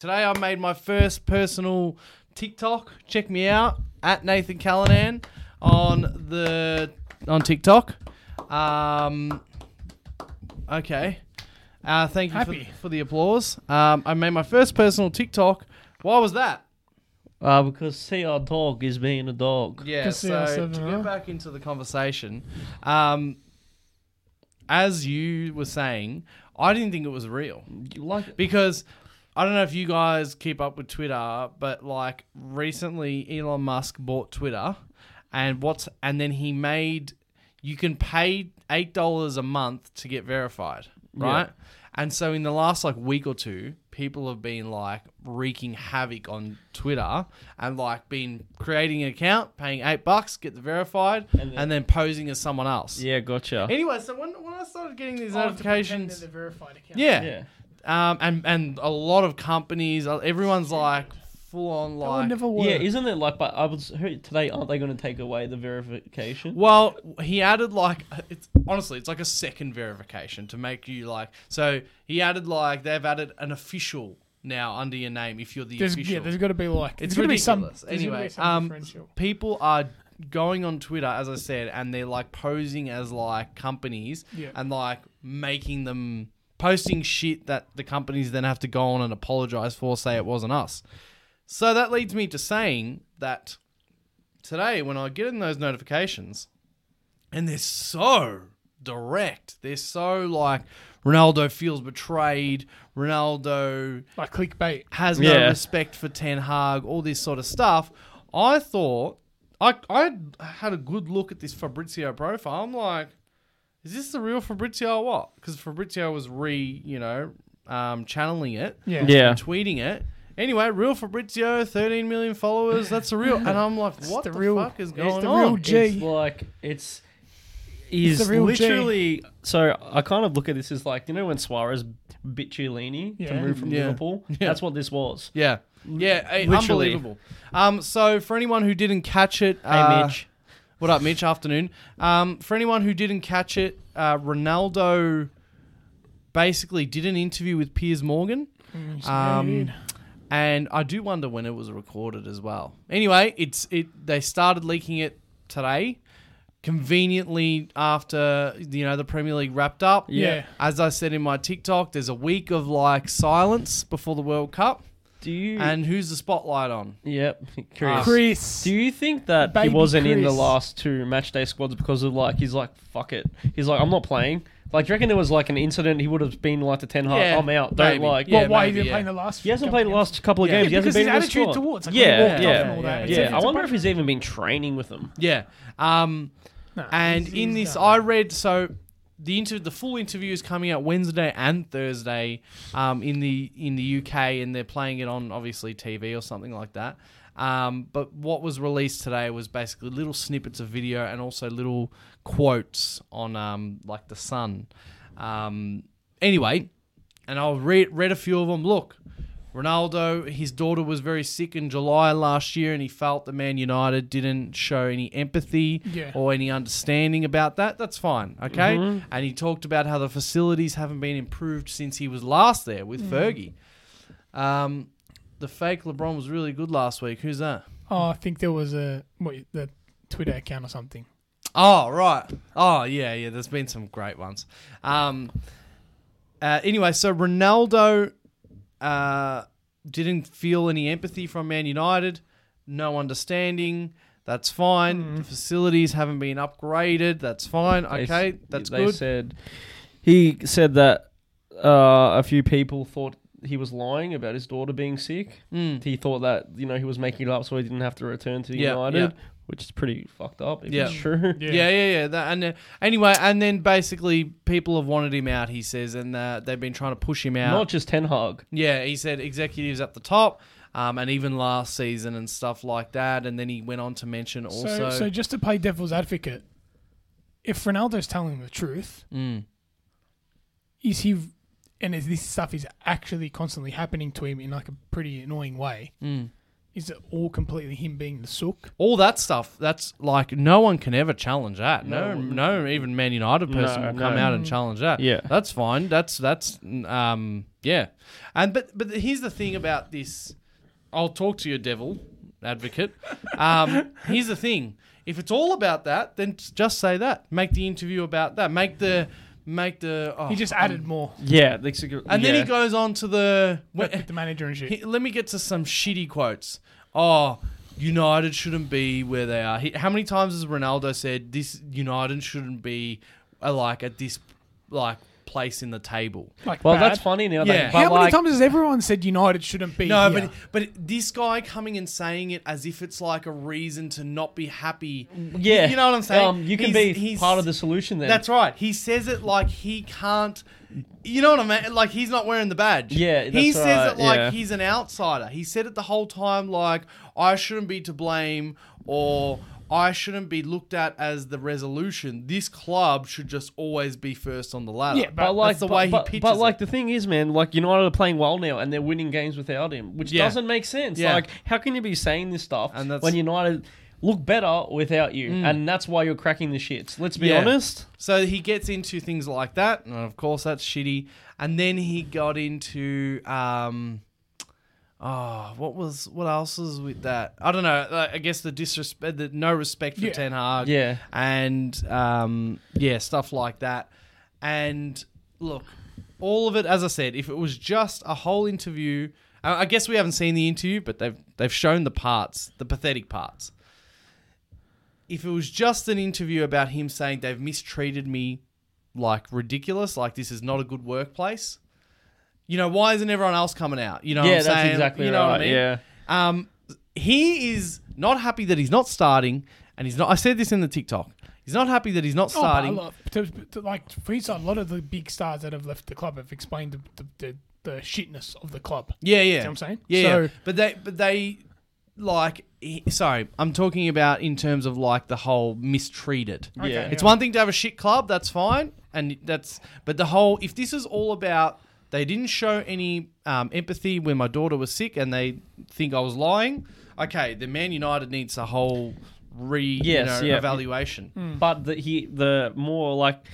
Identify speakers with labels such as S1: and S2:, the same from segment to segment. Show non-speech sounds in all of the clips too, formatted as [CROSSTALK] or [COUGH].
S1: Today I made my first personal TikTok. Check me out at Nathan Callanan on the on TikTok. Um, okay. Uh, thank you for,
S2: Happy.
S1: for the applause. Um, I made my first personal TikTok. Why was that?
S3: Uh, because CR Dog is being a dog.
S1: Yeah,
S2: Can see how
S1: so to
S2: seven
S1: get
S2: are.
S1: back into the conversation, um, as you were saying, I didn't think it was real
S3: You like it?
S1: because I don't know if you guys keep up with Twitter, but like recently Elon Musk bought Twitter, and what's and then he made you can pay eight dollars a month to get verified, right? And so in the last like week or two, people have been like wreaking havoc on Twitter and like been creating an account, paying eight bucks, get the verified, and then, posing as someone else.
S3: Yeah, gotcha.
S1: Anyway, so when, when I started getting these
S2: Oh, to pretend
S1: notifications,
S2: they're the verified account.
S1: yeah,
S3: yeah.
S1: um, and and a lot of companies, uh, everyone's like full on
S2: That would
S1: like.
S2: never work.
S3: Yeah, isn't it like? But I was heard today. Aren't they going to take away the verification?
S1: Well, he added like it's honestly it's like a second verification to make you like. So he added like they've added an official now under your name if you're the
S2: there's,
S1: official.
S2: yeah, there's got to be like
S1: it's
S2: there's gotta be some-
S1: ridiculous.
S2: there's gotta be
S1: anyway,
S2: some
S1: um,
S2: differential.
S1: people are going on Twitter as I said, and they're like posing as like companies
S2: Yeah.
S1: and like making them posting shit that the companies then have to go on and apologize for, say it wasn't us. So that leads me to saying that today when I get in those notifications, and they're so direct, they're so like Ronaldo feels betrayed, Ronaldo
S2: like clickbait.
S1: has no
S3: Yeah.
S1: respect for Ten Hag, all this sort of stuff. I thought I I had a good look at this Fabrizio profile. I'm like, is this the real Fabrizio or what? Because Fabrizio was re you know um, channeling it,
S2: Yeah.
S3: Yeah.
S1: tweeting it. Anyway, real Fabrizio, 13 million followers. That's the real. And I'm like, what the,
S2: the real-
S1: fuck is
S2: [LAUGHS] it's
S1: going
S2: the
S1: on?
S2: real G.
S3: It's like it's is
S2: the real G.
S3: literally so. I kind of look at this as like you know when Suarez bit Chiellini to
S2: Yeah.
S3: move from
S1: Yeah.
S3: Liverpool.
S1: Yeah.
S3: That's what this was.
S1: Yeah, yeah, eh,
S3: Literally.
S1: unbelievable. Um, so for anyone who didn't catch it,
S3: Hey
S1: uh,
S3: Mitch,
S1: What up, Mitch? Afternoon. Um, for anyone who didn't catch it, uh, Ronaldo basically did an interview with Piers Morgan,
S2: Mm, so yeah,
S1: um,
S2: you did.
S1: and I do wonder when it was recorded as well. Anyway, it's it. They started leaking it today, conveniently after you know the Premier League wrapped up.
S2: yeah.
S1: As I said in my TikTok, there's a week of like silence before the World Cup,
S3: do you?
S1: and who's the spotlight on?
S3: yep, curious.
S2: Hmm. Chris.
S3: Do you think that
S2: Baby
S3: he wasn't in the
S2: Chris.
S3: last two match day squads because of like he's like fuck it, he's like I'm not playing. Like, do you reckon there was like an incident? He would have been like the ten hard.
S1: Yeah,
S3: I'm out. Don't
S1: maybe.
S3: like.
S1: Yeah,
S2: well, why he
S1: maybe,
S2: didn't
S1: yeah.
S2: play in the last?
S3: He hasn't
S2: couple
S3: played the
S2: games?
S3: last couple of
S1: Yeah,
S3: games. he hasn't
S2: because
S3: been
S2: his
S3: in the
S2: attitude
S3: squad.
S2: towards, like, when he
S3: yeah,
S2: walked
S3: yeah,
S2: off and all that, it's
S3: yeah.
S2: like it's
S3: I
S2: a
S3: wonder
S2: bit-
S3: if he's even been training with them.
S1: Yeah. Um,
S2: Nah,
S1: And
S2: he's-
S1: in
S2: he's
S1: this,
S2: done.
S1: I read so the inter- the full interview is coming out Wednesday and Thursday, um, in the in the UK, and they're playing it on obviously TV or something like that. Um, but what was released today was basically little snippets of video and also little quotes on um, like the Sun. Um, anyway, and I read read a few of them. Look, Ronaldo, his daughter was very sick in July last year, and he felt that Man United didn't show any empathy
S2: Yeah.
S1: or any understanding about that. That's fine, okay. And he talked about how the facilities haven't been improved since he was last there with Fergie. Um, the fake LeBron was really good last week. Who's that?
S2: Oh, I think there was a what the Twitter account or something.
S1: Oh right. Oh yeah, yeah. There's been some great ones. Um. Uh, anyway, so Ronaldo uh, didn't feel any empathy from Man United. No understanding. That's fine. The facilities haven't been upgraded. That's fine.
S3: Hmm. They s-
S1: Okay, that's
S3: they
S1: good.
S3: said he said that uh, a few people thought he was lying about his daughter being sick.
S1: Mm.
S3: He thought that you know he was making it up so he didn't have to return to
S1: Yeah,
S3: United, which is pretty fucked up if
S1: Yeah.
S3: it's true.
S1: Yeah, yeah, yeah. That, and uh, anyway, and then basically people have wanted him out. He says, and uh, they've been trying to push him out.
S3: Not just Ten Hag.
S1: Yeah, he said executives at the top, um, and even last season and stuff like that. And then he went on to mention also.
S2: so, so just to play devil's advocate, if Ronaldo's telling the truth,
S1: Mm.
S2: is he? And is this stuff is actually constantly happening to him in like a pretty annoying way?
S1: Mm.
S2: Is it all completely him being the sook?
S1: all that stuff. That's like no one can ever challenge that. No, no,
S3: No.
S1: even Man United
S3: No,
S1: person will come
S3: no.
S1: out and challenge that.
S3: Yeah.
S1: that's fine. That's that's um yeah, and but but here's the thing about this. I'll talk to your devil advocate. Um, [LAUGHS] here's the thing: if it's all about that, then just say that. Make the interview about that. Make the make the. Oh,
S2: He just
S1: I'm-
S2: added more.
S3: Yeah,
S1: and then he goes on to the.
S2: With with the manager and shit.
S1: He- let me get to some shitty quotes. Oh, United shouldn't be where they are. He, how many times has Ronaldo said this United shouldn't be uh, like at this like place in the table?
S2: Like
S3: Well,
S2: bad.
S3: that's funny now.
S1: Yeah.
S3: Yeah.
S2: How
S3: But
S2: many
S3: like,
S2: times has everyone said United shouldn't be?
S1: No,
S2: here?
S1: but but this guy coming and saying it as if it's like a reason to not be happy.
S3: yeah,
S1: You know what I'm saying?
S3: Um, you can
S1: He's-
S3: be
S1: he's-
S3: part of the solution then.
S1: That's right. He says it like he can't. You know what I mean? Like he's not wearing the badge.
S3: Yeah,
S1: he
S3: that's
S1: says it
S3: right,
S1: like
S3: yeah.
S1: he's an outsider. He said it the whole time like I shouldn't be to blame or I shouldn't be looked at as the resolution. This club should just always be first on the ladder.
S2: Yeah,
S3: but like
S1: that's the
S3: but,
S1: way he
S3: but-
S1: pitches
S3: but, like
S1: it.
S3: the thing is, man, like United are playing well now and they're winning games without him, which
S1: Yeah.
S3: doesn't make sense.
S1: Yeah.
S3: Like, how can you be saying this stuff
S1: And that's- Mm.
S3: when United look better without you? And that's why you're cracking the shits. Let's be
S1: Yeah.
S3: honest.
S1: So he gets into things like that, and of course that's shitty. And then he got into um, oh, what was what else was with that? I don't know. Like, I guess the disrespect, the no respect for
S2: Yeah.
S1: Ten Hag,
S3: Yeah.
S1: and um, yeah, stuff like that. And look, all of it, as I said, if it was just a whole interview, I I guess we haven't seen the interview, but they've they've shown the parts, the pathetic parts if it was just an interview about him saying they've mistreated me like ridiculous, like this is not a good workplace, you know, why isn't everyone else coming out? You know
S3: yeah,
S1: what I'm
S3: that's
S1: saying?
S3: exactly
S1: you know
S3: right.
S1: what I mean?
S3: Yeah.
S1: Um, he is not happy that he's not starting, and he's not. I said this in the TikTok. He's not happy that he's not
S2: Oh, but I
S1: starting.
S2: love- to- to- like for his side, a lot of the big stars that have left the club have explained the the, the, the shitness of the club.
S1: yeah, yeah.
S2: See what I'm saying?
S1: Yeah, yeah.
S2: So-
S1: but they, but they, like, he, sorry, I'm talking about in terms of like the whole mistreated.
S2: Oh,
S3: Yeah.
S1: It's one thing to have a shit club, that's fine, and that's. But the whole, if this is all about, they didn't show any um, empathy when my daughter was sick, and they think I was lying. Okay, the Man United needs a whole re
S3: Yes,
S1: you know,
S3: yeah.
S1: evaluation.
S3: But the, he, the more like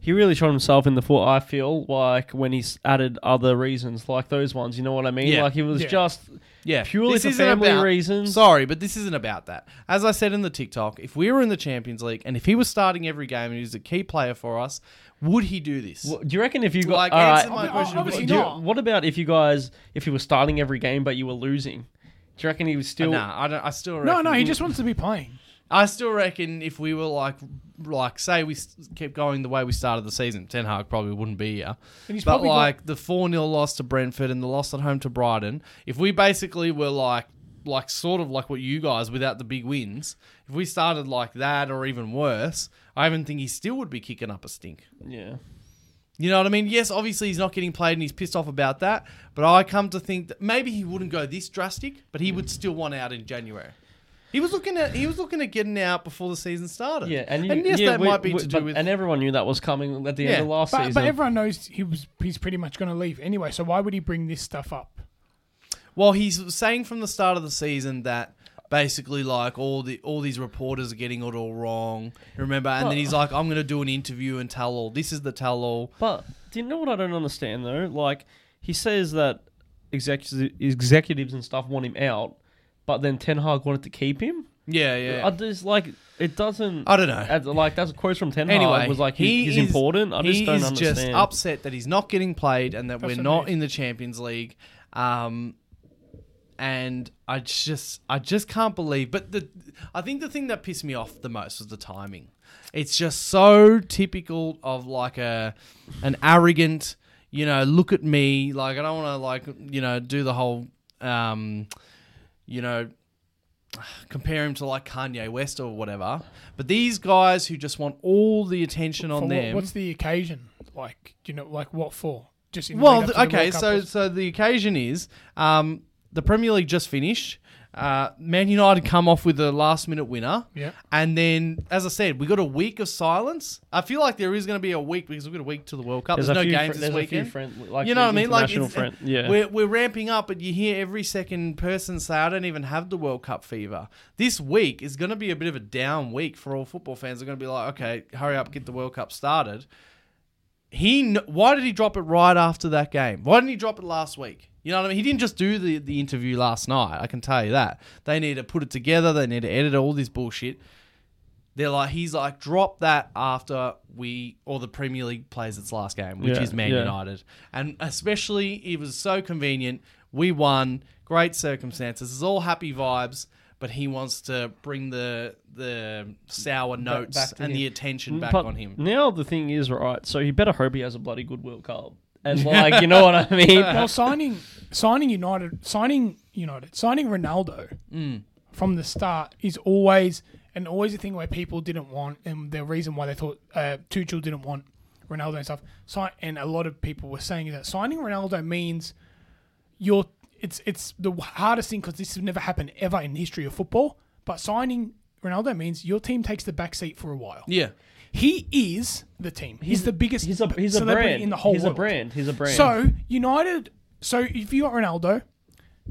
S3: he really shot himself in the foot. I feel like when he's added other reasons like those ones. You know what I mean?
S1: Yeah.
S3: Like it was
S2: Yeah.
S3: just
S1: Yeah,
S3: purely
S1: This
S3: for
S1: isn't
S3: family
S1: about-
S3: reasons.
S1: Sorry, but this isn't about that. As I said in the TikTok, if we were in the Champions League and if he was starting every game and he was a key player for us, would he do this?
S3: Well, do you reckon if you got
S1: Like,
S3: all
S1: answer
S3: right,
S1: my
S2: Obvi-
S1: question.
S2: obviously
S1: Do you-
S2: not.
S3: What about if you guys, if you were starting every game but you were losing? Do you reckon he was still?
S1: Nah, I don't. I still reckon,
S2: No, no, he just wants to
S1: [LAUGHS]
S2: be playing.
S1: I still reckon if we were like, like say we s- kept going the way we started the season, Ten Hag probably wouldn't be here.
S2: And he's
S1: But
S2: probably got-
S1: like the four 0 loss to Brentford and the loss at home to Brighton, if we basically were like, like sort of like what you guys without the big wins, if we started like that or even worse, I even think he still would be kicking up a stink.
S3: Yeah.
S1: You know what I mean? Yes, obviously he's not getting played and he's pissed off about that. But I come to think that maybe he wouldn't go this drastic, but he would still want out in January. He was looking at he was looking at getting out before the season started.
S3: Yeah, and, you,
S1: yes,
S3: yeah,
S1: that
S3: we-
S1: might be
S3: we-
S1: to do
S3: but-
S1: with
S3: and everyone knew that was coming at the
S1: Yeah,
S3: end of last
S2: But,
S3: season.
S2: but everyone knows he was he's pretty much going to leave anyway. So why would he bring this stuff up?
S1: well, he's saying from the start of the season that basically like all the all these reporters are getting it all wrong. Remember, and then he's like, I'm going to do an interview and tell all. This is the tell all.
S3: But do you know what I don't understand though? Like he says that executives, executives and stuff want him out, but then Ten Hag wanted to keep him.
S1: Yeah,
S3: I
S1: yeah.
S3: just like it doesn't.
S1: I don't know.
S3: as- like that's quotes from Ten Hag
S1: Anyway,
S3: was like
S1: he
S3: he, he's
S1: is-
S3: important. I just
S1: he
S3: don't
S1: is
S3: understand.
S1: just upset that he's not getting played and that
S2: That's
S1: we're
S2: what
S1: not
S2: it is.
S1: in the Champions League. Um, and I just, I just can't believe. But the, I think the thing that pissed me off the most was the timing. It's just so typical of like a, an arrogant, you know, look at me. Like I don't want to like, you know, do the whole, um, you know, compare him to like Kanye West or whatever. But these guys who just want all the attention
S2: For
S1: on
S2: what-
S1: them.
S2: what's the occasion? Like, do you know, like what for? Just in the
S1: Well,
S2: lead
S1: th-
S2: up to the
S1: okay,
S2: World Cup
S1: so
S2: was-
S1: so the occasion is um, the Premier League just finished. Uh, Man United come off with a last minute winner.
S2: Yeah.
S1: And then, as I said, we got a week of silence. I feel like there is going to be a week because we've got a week to the World Cup. There's,
S3: a
S1: no
S3: few
S1: games
S3: fri-
S1: this
S3: there's A
S1: weekend.
S3: few friend, like
S1: you know what I mean? Like,
S3: international
S1: it's-
S3: friend. Yeah.
S1: we're, we're ramping up, and you hear every second person say, I don't even have the World Cup fever. This week is going to be a bit of a down week for all football fans. They're going to be like, okay, hurry up, get the World Cup started. He, kn- why did he drop it right after that game? Why didn't he drop it last week? You know what I mean? He didn't just do the, the interview last night. I can tell you that. They need to put it together. They need to edit all this bullshit. They're like, he's like, drop that after we or the Premier League plays its last game, which
S3: Yeah,
S1: is Man
S3: yeah.
S1: United. And especially, it was so convenient. We won, great circumstances. It's all happy vibes, but he wants to bring the the sour notes
S3: back to
S1: and
S3: him. Mm,
S1: the attention back
S3: But
S1: on him.
S3: Now the thing is, right? So he better hope he has a bloody good World Cup,
S1: [LAUGHS]
S3: and like you know what I mean.
S2: Well, signing signing United, signing United, signing Ronaldo
S3: Mm.
S2: from the start is always and always a thing where people didn't want, and the reason why they thought uh, Tuchel didn't want Ronaldo and stuff. Si- and a lot of people were saying that signing Ronaldo means you're. It's it's the hardest thing because this has never happened ever in the history of football. But signing Ronaldo means your team takes the back seat for a while.
S1: Yeah.
S2: He is the team. He's, the biggest
S3: He's a he's a
S2: celebrity
S3: brand
S2: in the whole
S3: He's a
S2: world.
S3: brand. He's a brand.
S2: So United. So if you got Ronaldo,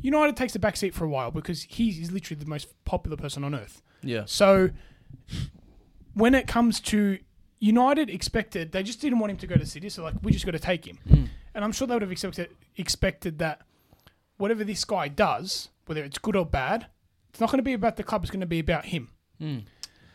S2: United takes the back seat for a while because he is literally the most popular person on earth.
S1: Yeah.
S2: So when it comes to United, expected they just didn't want him to go to City, so like we just got to take him.
S3: Mm.
S2: And I'm sure they would have expected expected that whatever this guy does, whether it's good or bad, it's not going to be about the club. It's going to be about him.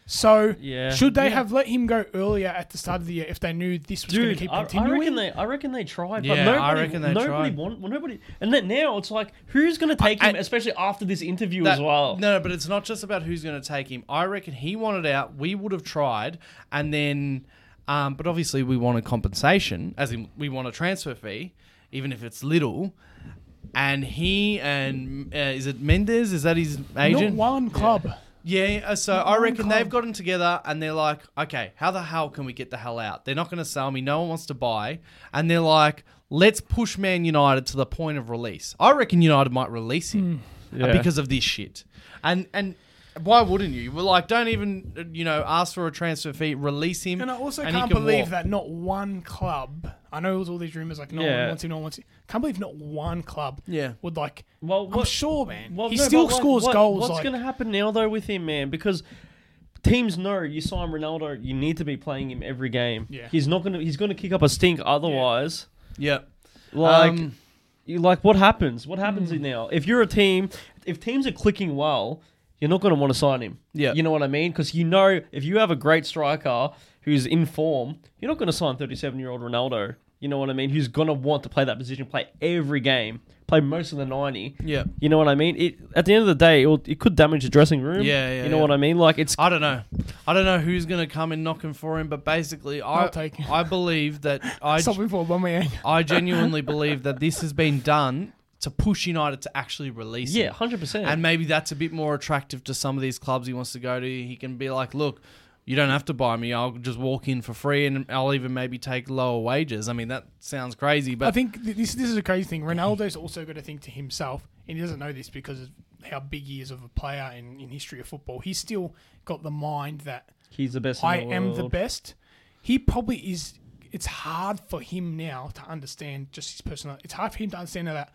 S2: So
S3: Mm. Yeah.
S2: should they
S3: Yeah.
S2: have let him go earlier at the start of the year if they knew this was going to
S3: Dude,
S2: keep
S3: I, I
S2: continuing?
S3: reckon they, I reckon they tried, but
S1: Yeah, I
S3: nobody,
S1: reckon they
S3: nobody
S1: tried.
S3: want, well, nobody, and then now it's like, who's gonna take
S1: I-
S3: him, especially after this interview as
S1: That-
S3: well?
S1: No, no, but it's not just about who's going to take him. I reckon he wanted out. We would have tried, and then, um, but obviously we wanted compensation, as in we want a transfer fee, even if it's little. And he and uh, is it Mendes? Is that his agent?
S2: Not one club.
S1: Yeah, uh, so I reckon
S2: club.
S1: they've gotten together and they're like, okay, how the hell can we get the hell out? They're not going to sell me. No one wants to buy. And they're like, let's push Man United to the point of release. I reckon United might release him uh,
S2: Hmm.
S3: Yeah.
S1: because of this shit. And and why wouldn't you? We're like, don't even uh, you know ask for a transfer fee. Release him.
S2: And I also
S1: he
S2: can't
S1: can
S2: believe
S1: walk.
S2: that not one club. I know it was all these rumors like no one
S3: Yeah.
S2: wants him, no one wants him. Can't believe not one club.
S1: Yeah.
S2: Would like.
S3: Well,
S2: I'm
S3: what-
S2: sure, man.
S3: Well,
S2: he
S3: no,
S2: still
S3: but what-
S2: scores
S3: what-
S2: goals.
S3: What's
S2: like,
S3: going to happen now though with him, man? Because teams know you sign Ronaldo, you need to be playing him every game.
S2: Yeah.
S3: he's not going to. He's going to kick up a stink otherwise.
S1: Yeah.
S3: Like,
S1: Um,
S3: you, like what happens? What happens
S1: Hmm.
S3: now? If you're a team, if teams are clicking well, you're not going to want to sign him.
S1: Yeah.
S3: you know what I mean? Because you know if you have a great striker who's in form, you're not going to sign 37 year old Ronaldo. You know what I mean? Who's going to want to play that position, play every game, play most of the 90.
S1: Yeah.
S3: You know what I mean? It at the end of the day, it, will, it could damage the dressing room.
S1: Yeah, yeah,
S3: You know
S1: yeah.
S3: what I mean? Like it's
S1: I don't know. I don't know who's going to come and knocking for him, but basically, I
S2: I'll take him.
S1: I believe
S2: [LAUGHS]
S1: that I
S2: Something for Aubameyang.
S1: I genuinely believe that this has been done to push United to actually release
S3: yeah,
S1: him.
S3: hundred percent.
S1: And maybe that's a bit more attractive to some of these clubs he wants to go to. He can be like, look, you don't have to buy me. I'll just walk in for free and I'll even maybe take lower wages. I mean, that sounds crazy,
S2: I
S1: but
S2: think th- this this is a crazy thing. Ronaldo's also got to think to himself, and he doesn't know this because of how big he is of a player in, in history of football. He's still got the mind that
S3: He's the best.
S2: I
S3: in the
S2: am the
S3: world.
S2: best. He probably is. It's hard for him now to understand just his personal. It's hard for him to understand that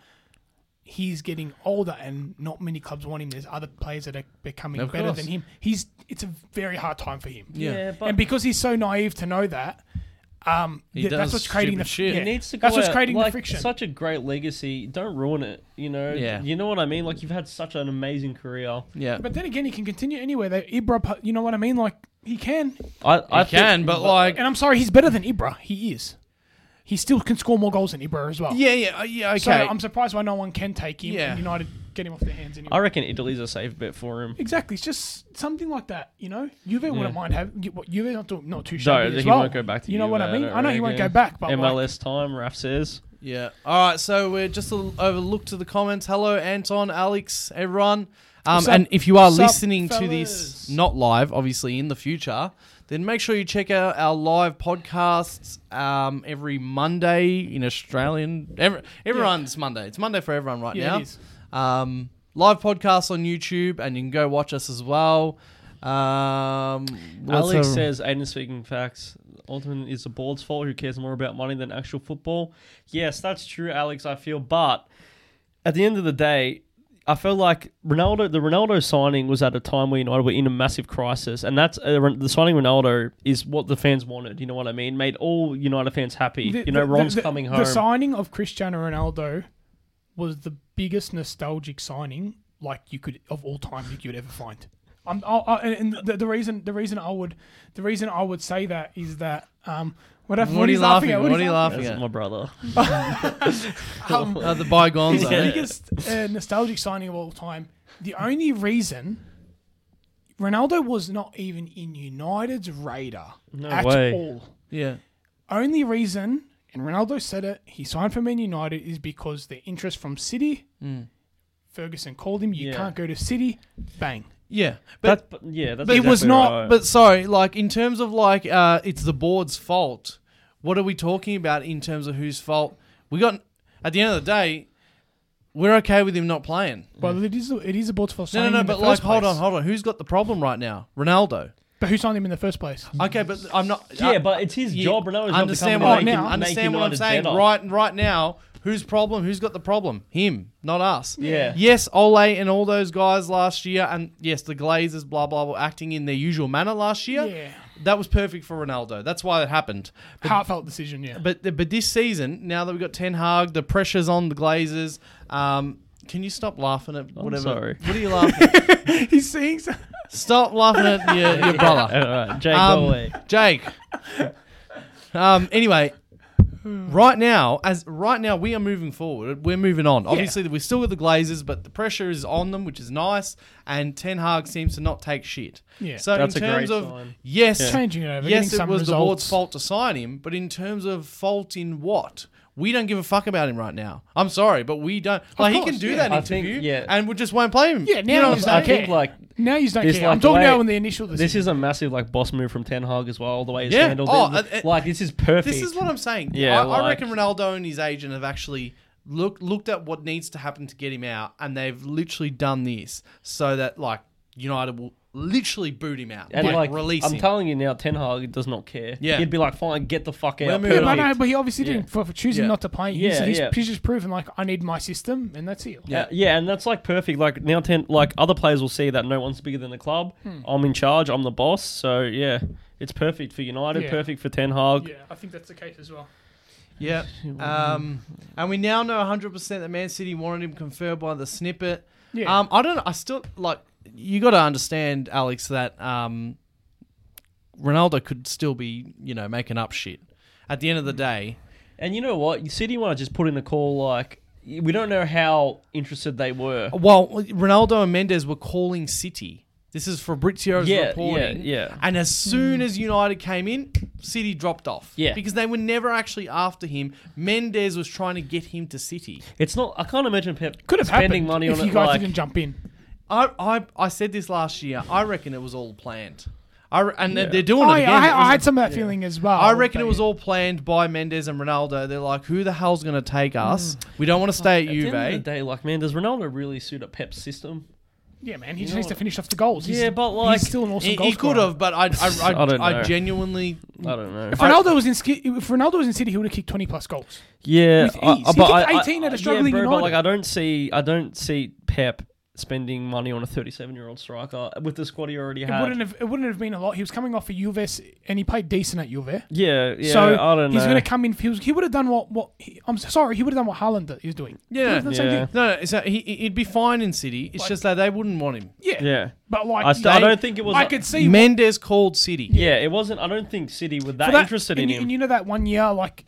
S2: he's getting older and not many clubs want him. There's other players that are becoming
S1: Of
S2: better
S1: course.
S2: than him. He's. It's a very hard time for him.
S1: Yeah.
S3: Yeah, but
S2: and because he's so naive to know that, um,
S1: He
S2: th- that's
S1: does
S2: what's creating the
S1: stupid shit.
S2: yeah,
S1: He
S3: it needs to go
S2: That's what's
S3: out.
S2: creating
S3: like,
S2: the friction.
S3: Such a great legacy. Don't ruin it. You know.
S1: Yeah.
S3: You know what I mean? Like you've had such an amazing career.
S1: yeah.
S2: but then again, he can continue anyway. They, Ibra, pu- you know what I mean? Like he can,
S3: I, I
S1: I can, but like.
S2: and I'm sorry, he's better than Ibra. He is. He still can score more goals than Ibra as well.
S1: Yeah, yeah, uh, yeah, okay.
S2: So I'm surprised why no one can take him
S1: Yeah.
S2: and United get him off their hands anyway.
S3: I reckon Italy's a safe bet for him.
S2: exactly. It's just something like that, you know? Juve wouldn't mind having. Ju- what, Juve's not, too- not too shabby
S3: No, he
S2: as well.
S3: won't go back to
S2: You know what I
S3: Juve,
S2: mean?
S3: don't
S2: I know he won't go
S3: reckon.
S2: back, but. Like,
S3: MLS time, Raf says.
S1: Yeah. All right. So we're just a l- overlook to the comments. Hello, Anton, Alex, everyone. Um,
S2: What's up?
S1: and if you are
S2: What's up,
S1: listening to this
S2: fellas?
S1: not live, obviously in the future, then make sure you check out our live podcasts um, every Monday in Australian. Every, everyone's Monday. It's Monday for everyone right
S2: Yeah, it
S1: now.
S2: is.
S1: Um, live podcast on YouTube, and you can go watch us as well. Um, what's
S3: Alex
S1: a-
S3: says, Aiden speaking facts. Ultimately, it's the board's fault. Who cares more about money than actual football? Yes, that's true, Alex. I feel, but at the end of the day, I feel like Ronaldo. The Ronaldo signing was at a time where United were in a massive crisis, and that's uh, the signing Ronaldo is what the fans wanted. You know what I mean? Made all United fans happy.
S2: The-
S3: you know,
S2: the-
S3: Rom's
S2: the-
S3: coming
S2: The
S3: home.
S2: signing of Cristiano Ronaldo was the biggest nostalgic signing like you could of all time you could ever find. I'm, I, I, and the, the reason the reason I would the reason I would say that is that um what, I-
S1: What, are you laughing at? What are you laughing
S3: that's
S1: at?
S3: my brother.
S2: Um,
S1: Uh, the bygones.
S2: His [LAUGHS]
S1: eh?
S2: biggest uh, nostalgic signing of all time. The only reason Ronaldo was not even in United's radar
S3: No
S2: at
S3: way.
S2: all.
S1: Yeah.
S2: Only reason, and Ronaldo said it, he signed for Man United is because the interest from City.
S1: Hmm.
S2: Ferguson called him. You
S3: Yeah.
S2: can't go to City. Bang.
S1: Yeah. But
S3: That's, but, yeah, that's
S1: But it was
S3: exactly
S1: not.
S3: right.
S1: But sorry, like in terms of like uh, it's the board's fault. What are we talking about in terms of whose fault? We got at the end of the day, we're okay with him not playing.
S2: Well, it is it is a board's fault.
S1: No, no, no. But like, hold on, hold on. Who's got the problem right now? Ronaldo.
S2: But who signed him in the first place?
S1: Okay, but I'm not. uh,
S3: yeah, but it's his
S1: you
S3: job. Ronaldo's job to come
S1: understand
S3: and
S1: what
S2: make
S1: I'm,
S2: him- make
S1: understand what I'm
S3: United
S1: saying.
S3: better.
S1: Right, right now, whose problem? Who's got the problem? Him, not us.
S3: Yeah.
S1: Yes, Ole and all those guys last year, and yes, the Glazers, blah blah, blah acting in their usual manner last year.
S2: Yeah.
S1: That was perfect for Ronaldo. That's why it happened.
S2: Heartfelt decision. Yeah.
S1: But but this season, now that we've got Ten Hag, the pressure's on the Glazers. Um, can you stop laughing at whatever?
S3: sorry.
S1: What are you laughing?
S3: [LAUGHS]
S1: at?
S2: [LAUGHS] He's seeing. some-
S1: stop laughing at your, your brother.
S3: [LAUGHS] All right, Jake, go
S1: Um,
S3: away.
S1: Jake. Um, anyway, right now, as right now, we are moving forward. We're moving on. Obviously, we're still with the Glazers, but the pressure is on them, which is nice. And Ten Hag seems to not take shit.
S2: Yeah.
S1: So
S3: That's a
S1: in terms
S3: great
S1: of
S3: sign.
S1: yes,
S2: Changing it over,
S1: yes,
S2: getting
S1: it
S2: some
S1: was the
S2: results.
S1: board's fault to sign him, but in terms of fault in what? We don't give a fuck about him right now. I'm sorry, but we don't. Like he
S2: course,
S1: can do
S2: yeah.
S1: that
S3: I
S1: interview,
S3: think- yeah.
S1: and we just won't play him.
S2: Yeah, now
S1: you know
S2: you
S1: what I'm
S2: just
S1: saying?
S3: I
S2: don't
S3: think
S2: care.
S3: like
S2: Now you just don't
S3: This,
S2: care.
S3: like,
S2: I'm talking
S3: the way-
S2: about when the initial decision.
S3: This is a massive like boss move from Ten Hag as well. The way he's
S1: Yeah.
S3: handled
S1: Oh,
S3: it,
S1: uh, uh,
S3: like this is perfect.
S1: This is what I'm saying.
S3: Yeah,
S1: I, I
S3: like-
S1: reckon Ronaldo and his agent have actually look looked at what needs to happen to get him out, and they've literally done this so that like United will literally boot him out
S3: and like
S1: release
S3: I'm
S1: him.
S3: telling you now, Ten Hag does not care.
S1: Yeah.
S3: he'd be like, fine, get the fuck
S1: We're
S3: out.
S1: moving
S2: Yeah, but,
S1: on.
S3: perfect.
S2: no, but he obviously
S3: Yeah.
S2: didn't for, for choosing
S1: Yeah.
S2: not to play. He's,
S3: Yeah,
S2: he's,
S3: yeah.
S2: he's just proven like I need my system, and that's it.
S3: Yeah, Uh, yeah, and that's like perfect. Like now, ten like other players will see that no one's bigger than the club.
S1: Hmm.
S3: I'm in charge. I'm the boss. So yeah, it's perfect for United.
S2: Yeah.
S3: Perfect for Ten Hag.
S2: I think that's the case as well.
S1: Yeah. Um, and we now know 100% that Man City wanted him confirmed by the snippet.
S2: Yeah.
S1: Um, I don't know. I still, like, you got to understand, Alex, that um, Ronaldo could still be, you know, making up shit. At the end of the day,
S3: And you know what? City want to just put in a call. Like we don't know how interested they were.
S1: well, Ronaldo and Mendes were calling City. This is Fabrizio's
S3: Yeah,
S1: reporting.
S3: yeah, yeah.
S1: And as soon as United came in, City dropped off.
S3: Yeah.
S1: Because they were never actually after him. Mendes was trying to get him to City.
S3: It's not. I can't imagine Pep
S2: Could have
S3: spending
S2: happened
S3: money
S2: if
S3: on
S2: you
S3: it.
S2: guys
S3: like,
S2: didn't jump in.
S1: I, I I said this last year. I reckon it was all planned. I re- and they're- they're doing
S2: I,
S1: it again.
S2: I,
S1: It was-
S2: I had some Oh, of that feeling as well.
S1: I reckon it
S2: but-
S1: was all planned by Mendes and Ronaldo. They're like, who the hell's going to take
S2: Mm.
S1: us? We don't want to stay at
S3: At the end of
S1: Juve.
S3: the day, like, man, does Ronaldo really suit up Pep's system?
S2: Yeah, man. He
S3: You
S2: just
S3: know
S2: needs to
S3: what?
S2: finish off the goals. He's,
S3: Yeah, but, like,
S2: he's still an awesome
S1: He,
S2: goal
S1: he could
S2: scorer.
S1: have, but
S3: [LAUGHS]
S1: I I, I,
S3: I don't
S1: I,
S3: know.
S1: genuinely
S3: I don't know.
S2: If Ronaldo was in ski- if Ronaldo was in City, he would have kicked twenty plus goals.
S3: Yeah,
S2: With ease. He kicked 18 at a struggling
S3: bro, But
S2: United.
S3: like, I don't see, I don't see Pep spending money on a 37-year-old striker with the squad he already
S2: It
S3: had.
S2: wouldn't have it wouldn't have been a lot. He was coming off for Juve, and he played decent at Juve.
S3: Yeah, yeah.
S2: so
S3: I don't know.
S2: he's going to come in. He, was, he would have done what what he, I'm sorry. He would have done what Haaland is doing. He
S1: yeah.
S2: would've done the same
S3: Yeah.
S2: thing.
S1: No, no, so he, he- he'd be fine in City. It's just that they wouldn't want him.
S2: yeah,
S3: yeah,
S2: But like,
S3: I, st- I don't think it was.
S2: I could see
S1: Mendes called City.
S3: yeah, it wasn't. I don't think City were that,
S2: for that-
S3: interested
S2: and
S3: in
S2: you-
S3: him.
S2: And you know that one year, like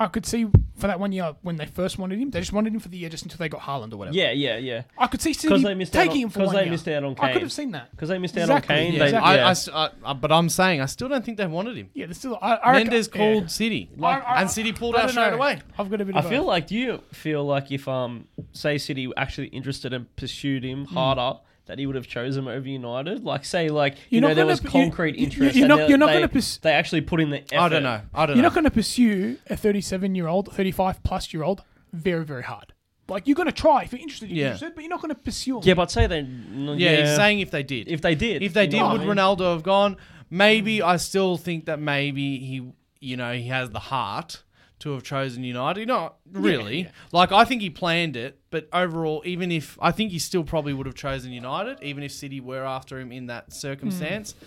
S2: I could see for that one year when they first wanted him, they just wanted him for the year just until they got Haaland or whatever.
S3: yeah, yeah, yeah.
S2: I could see City
S3: 'Cause they missed out
S2: taking
S3: on-
S2: him for
S3: 'cause
S2: one
S3: they
S2: year.
S3: missed out on
S2: I
S3: Kane.
S2: could have seen that.
S3: Because they missed out
S2: Exactly,
S3: on Kane.
S2: yeah,
S3: they,
S2: exactly.
S1: I,
S3: yeah.
S1: I s- I- I- but I'm saying I still don't think they wanted him.
S2: Yeah, there's still. I, I reckon-
S1: Mendes
S2: yeah.
S1: called City,
S2: I- I-
S1: and City pulled
S2: I
S1: out
S2: don't
S1: straight
S2: know.
S1: away.
S2: I've got a bit.
S3: I
S2: of
S3: feel
S2: a,
S3: like do you feel like if um say City were actually interested and pursued him
S1: Hmm.
S3: harder that he would have chosen him over United? Like say like you
S2: You're
S3: know
S2: not
S3: there
S2: gonna
S3: was
S2: p- you-
S3: concrete
S2: you-
S3: interest.
S2: you're
S3: and
S2: not-
S3: they-
S2: you're not
S3: they-
S2: gonna pers-
S3: They actually put in the effort.
S1: I don't know. I don't
S2: you're
S1: know.
S2: not going to pursue a 37 year old, 35 plus year old very very hard. Like you're gonna try if you're interested. You're
S1: Yeah.
S2: interested, but you're not gonna pursue. 'em.
S3: Yeah, but say they. no,
S1: Yeah,
S3: yeah.
S1: he's saying if they did.
S3: if they did.
S1: If they
S3: you
S1: did,
S3: know what
S1: would
S3: I mean?
S1: Ronaldo have gone? Maybe I still think that maybe he, you know, he has the heart to have chosen United. Not really. Like I think he planned it, but overall, even if I think he still probably would have chosen United, even if City were after him in that circumstance.
S2: Hmm.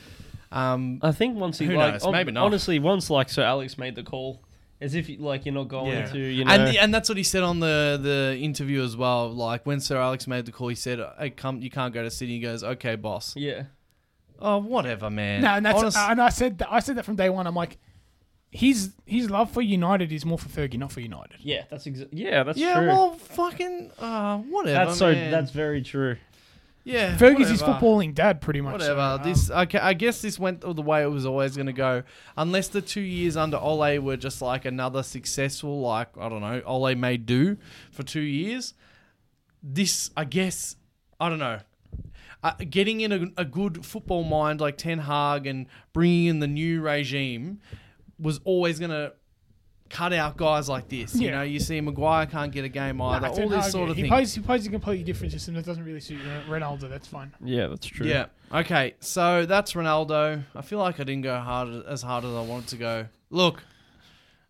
S1: Um,
S3: I think once he
S1: Who
S3: like
S1: knows?
S3: hon-
S1: Maybe not.
S3: Honestly, once like Sir Alex made the call, as if like you're not going
S1: Yeah.
S3: to you know.
S1: And the, and that's what he said on the, the interview as well. Like when Sir Alex made the call, he said, "Hey, come, you can't go to City." He goes, "Okay, boss."
S3: yeah.
S1: Oh, whatever, man.
S2: No, and that's uh,
S1: Honest-
S2: and I said that I said that from day one. I'm like, his his love for United is more for Fergie, not for United.
S3: Yeah, that's exa- Yeah, that's
S1: yeah,
S3: true.
S1: well, fucking, uh, whatever.
S3: that's so.
S1: man.
S3: That's very true.
S1: Yeah,
S2: Fergie's his
S1: whatever.
S2: footballing dad, pretty much. so,
S1: Whatever.
S2: um,
S1: This, I, ca- I guess, this went the way it was always going to go, unless the two years under Ole were just like another successful, like I don't know, Ole may do for two years. This, I guess, I don't know. Uh, getting in a, a good football mind like Ten Hag and bringing in the new regime was always going to cut out guys like this. You
S2: Yeah.
S1: know, you see Maguire can't get a game either.
S2: nah,
S1: all
S2: Ten
S1: this
S2: Hag,
S1: sort of
S2: he
S1: thing.
S2: plays he plays a completely different system that doesn't really suit Ren- Ronaldo. That's fine.
S3: Yeah, that's true.
S1: Yeah. Okay. So that's Ronaldo. I feel like I didn't go hard as hard as I wanted to go. Look,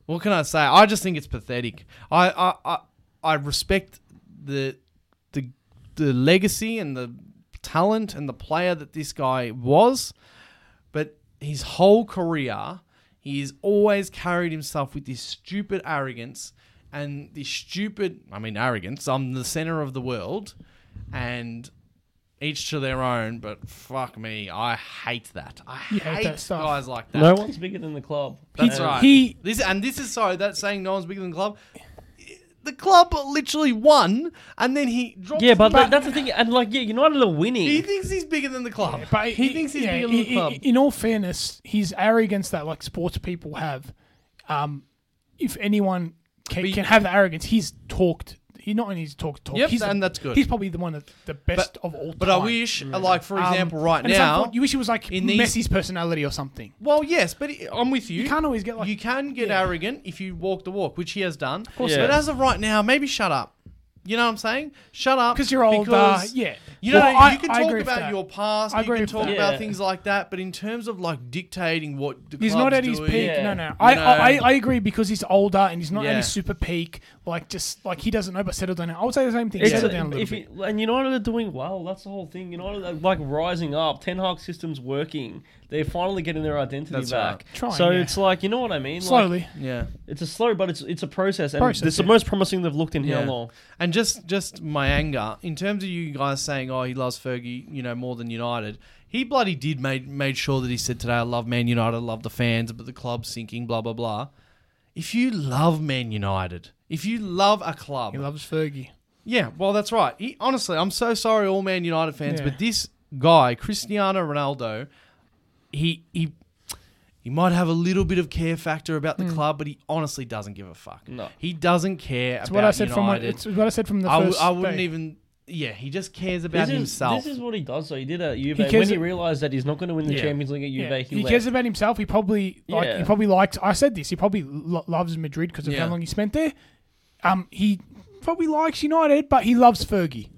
S1: what can I say? I just think it's pathetic. I I I, I respect the the the legacy and the talent and the player that this guy was, but his whole career, he has always carried himself with this stupid arrogance and this stupid. I mean, arrogance. I'm the center of the world, and each to their own. But fuck me, I hate that. I
S2: You hate
S1: hate
S2: that stuff.
S1: guys like that.
S3: No one's bigger than the club.
S1: That's
S3: And-
S1: right.
S2: he-
S1: this and this is sorry. That's saying no one's bigger than the club. The club literally won, and then he dropped.
S3: Yeah, but,
S1: the-
S3: like, that's the thing. And like, yeah, United are winning.
S1: he thinks he's bigger than the club.
S2: But
S1: he, thinks he's
S2: yeah,
S1: bigger than the
S2: i- i-
S1: club.
S2: In all fairness, his arrogance that like sports people have, um, if anyone can,
S1: But-
S2: can have the arrogance, he's talked. He not only he's talked talk.
S1: Yep,
S2: he's the-
S1: and that's good.
S2: He's probably the one of the best of all time.
S1: But I wish, like for
S2: Um,
S1: example, right
S2: and it's
S1: now,
S2: unfortunate- you wish it was like
S1: in these-
S2: Messi's personality or something.
S1: well, yes, but it- I'm with you.
S2: You can't always get like
S1: You can get
S2: Yeah.
S1: arrogant if you walk the walk, which he has done. Of
S3: course he
S1: But
S3: has.
S1: as of right now, maybe shut up. You know what I'm saying? Shut up.
S2: because you're older.
S1: because-
S2: yeah,
S1: You know,
S2: Well, I-
S1: you can
S2: I
S1: talk
S2: agree with
S1: about
S2: that.
S1: your past,
S2: I
S1: you
S2: agree
S1: can
S2: with
S1: talk
S2: that.
S1: about
S3: Yeah.
S1: things like that, but in terms of like dictating what the
S2: He's not
S1: club's
S2: at his
S1: doing-
S2: peak.
S3: Yeah.
S2: No, no. I,
S1: know.
S2: I, I- I agree because he's older and he's not at
S1: Yeah.
S2: his super peak. Like just like he doesn't know, but settle down. I would say the same thing.
S3: It's
S2: Settle
S3: a-
S2: down a little
S3: if
S2: bit.
S3: you- and United are doing well. That's the whole thing. United are like rising up. Ten Hag system's working. They're finally getting their identity
S1: That's right.
S3: back.
S2: Trying,
S3: so
S2: yeah.
S3: it's like you know what I mean. Like,
S2: Slowly.
S1: Yeah.
S3: it's a slow, but it's it's a process, and
S2: Process,
S3: it's the
S2: yeah.
S3: most promising they've looked in how
S1: Yeah.
S3: long.
S1: And just just my anger in terms of you guys saying, "Oh, he loves Fergie," you know, more than United. He bloody did made made sure that he said today, "I love Man United, I love the fans, but the club's sinking." Blah blah blah. If you love Man United, if you love a club,
S2: He loves Fergie.
S1: yeah, well, that's right. He, honestly, I'm so sorry, all Man United fans,
S2: Yeah.
S1: but this guy, Cristiano Ronaldo, he he he might have a little bit of care factor about
S2: Hmm.
S1: the club, but he honestly doesn't give a fuck.
S3: No.
S1: he doesn't care
S2: It's
S1: about
S2: what I said from
S1: United.
S2: when- it's what I said from the
S1: I, w-
S2: first.
S1: I wouldn't
S2: day.
S1: even. Yeah, he just cares about
S3: this is,
S1: himself.
S3: This is what he does. So he did at Juve
S2: He cares
S3: when he
S2: that-
S3: realised that he's not going to win the
S1: Yeah.
S3: Champions League at Juve.
S2: Yeah.
S3: He,
S2: He,
S3: left.
S2: cares about himself. He probably like
S3: Yeah.
S2: he probably likes. I said this. He probably lo- loves Madrid because of
S1: Yeah.
S2: how long he spent there. Um, he probably likes United, but he loves Fergie.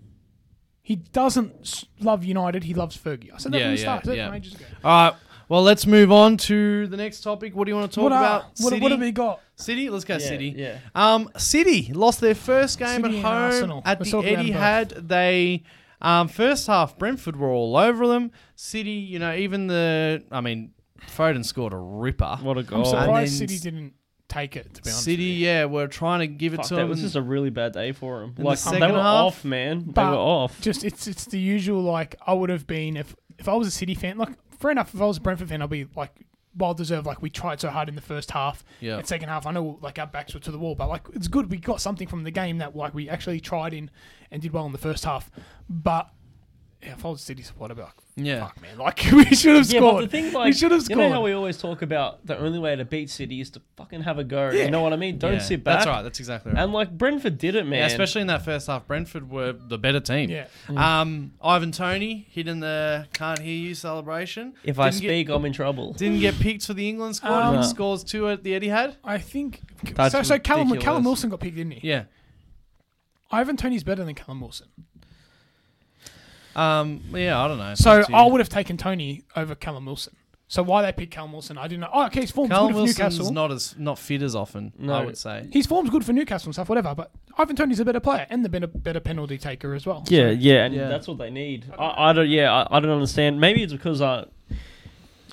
S2: He doesn't s- love United. He loves Fergie. I said that
S1: Yeah,
S2: from
S1: yeah,
S2: the start. I said that
S1: yeah.
S2: from ages ago.
S1: All right. Well, let's move on to the next topic. What do you want to talk
S2: What, are,
S1: about?
S2: what,
S1: City?
S2: what have we got?
S1: City? Let's go
S3: yeah,
S1: City.
S3: Yeah.
S1: Um, City lost their first game
S2: City
S1: at
S2: and
S1: home
S2: Arsenal.
S1: at
S2: Let's
S1: the
S2: talk about them
S1: Etihad. They um, first half Brentford were all over them. City, you know, even the I mean, Foden scored a ripper.
S3: What a
S2: I'm
S3: goal!
S1: Oh, And then
S2: surprised City
S1: s-
S2: didn't take it. To be honest,
S1: City,
S2: with you.
S1: yeah, were trying to give it
S3: Fuck,
S1: to
S3: that
S1: them.
S3: was just a really bad day for him.
S1: the
S3: Like they
S1: second
S3: were
S1: half,
S3: off, man. They
S2: but
S3: were off.
S2: just it's it's the usual. Like I would have been if if I was a City fan. Like fair enough, if I was a Brentford fan, I'd be like well deserved. Like we tried so hard in the first half.
S1: Yeah.
S2: And second half, I know like our backs were to the wall, but like it's good we got something from the game that like we actually tried in and did well in the first half. But yeah, if I was a City supporter, I'd be like,
S1: yeah,
S2: fuck man, like [LAUGHS] we should
S3: [LAUGHS]
S2: have
S3: Yeah,
S2: scored.
S3: but the thing like
S2: we should have
S3: you
S2: scored.
S3: know how we always talk about the only way to beat City is to fucking have a go. You know what I mean? Don't
S1: Yeah,
S3: sit back.
S1: That's right. That's exactly right.
S3: And like Brentford did it, man.
S1: Yeah, especially in that first half, Brentford were the better team.
S2: Yeah.
S3: Mm.
S1: Um, Ivan Tony hidden the can't hear you celebration.
S3: if I
S1: Didn't get-
S3: speak, I'm in trouble.
S1: didn't get picked for the England squad.
S2: Um,
S1: and scores two at the Etihad.
S2: I think
S3: That's
S2: so. So Callum,
S3: ridiculous.
S2: Callum Wilson got picked, didn't he?
S1: Yeah.
S2: Ivan Tony's better than Callum Wilson.
S1: Um, yeah, I don't know. It's
S2: So
S1: up to you.
S2: I would have taken Tony over Callum Wilson. So why they picked Callum Wilson, I do not know. Oh, okay, his form's
S1: Carl
S2: good for
S1: Wilson's
S2: Newcastle.
S1: not as not fit as often.
S3: No.
S1: I would say.
S2: his form's good for Newcastle and stuff, whatever. But Ivan Tony's a better player and the better, better penalty taker as well.
S3: Yeah, yeah, and
S1: Yeah.
S3: that's what they need. I, I don't. Yeah, I, I don't understand. Maybe it's because uh, uh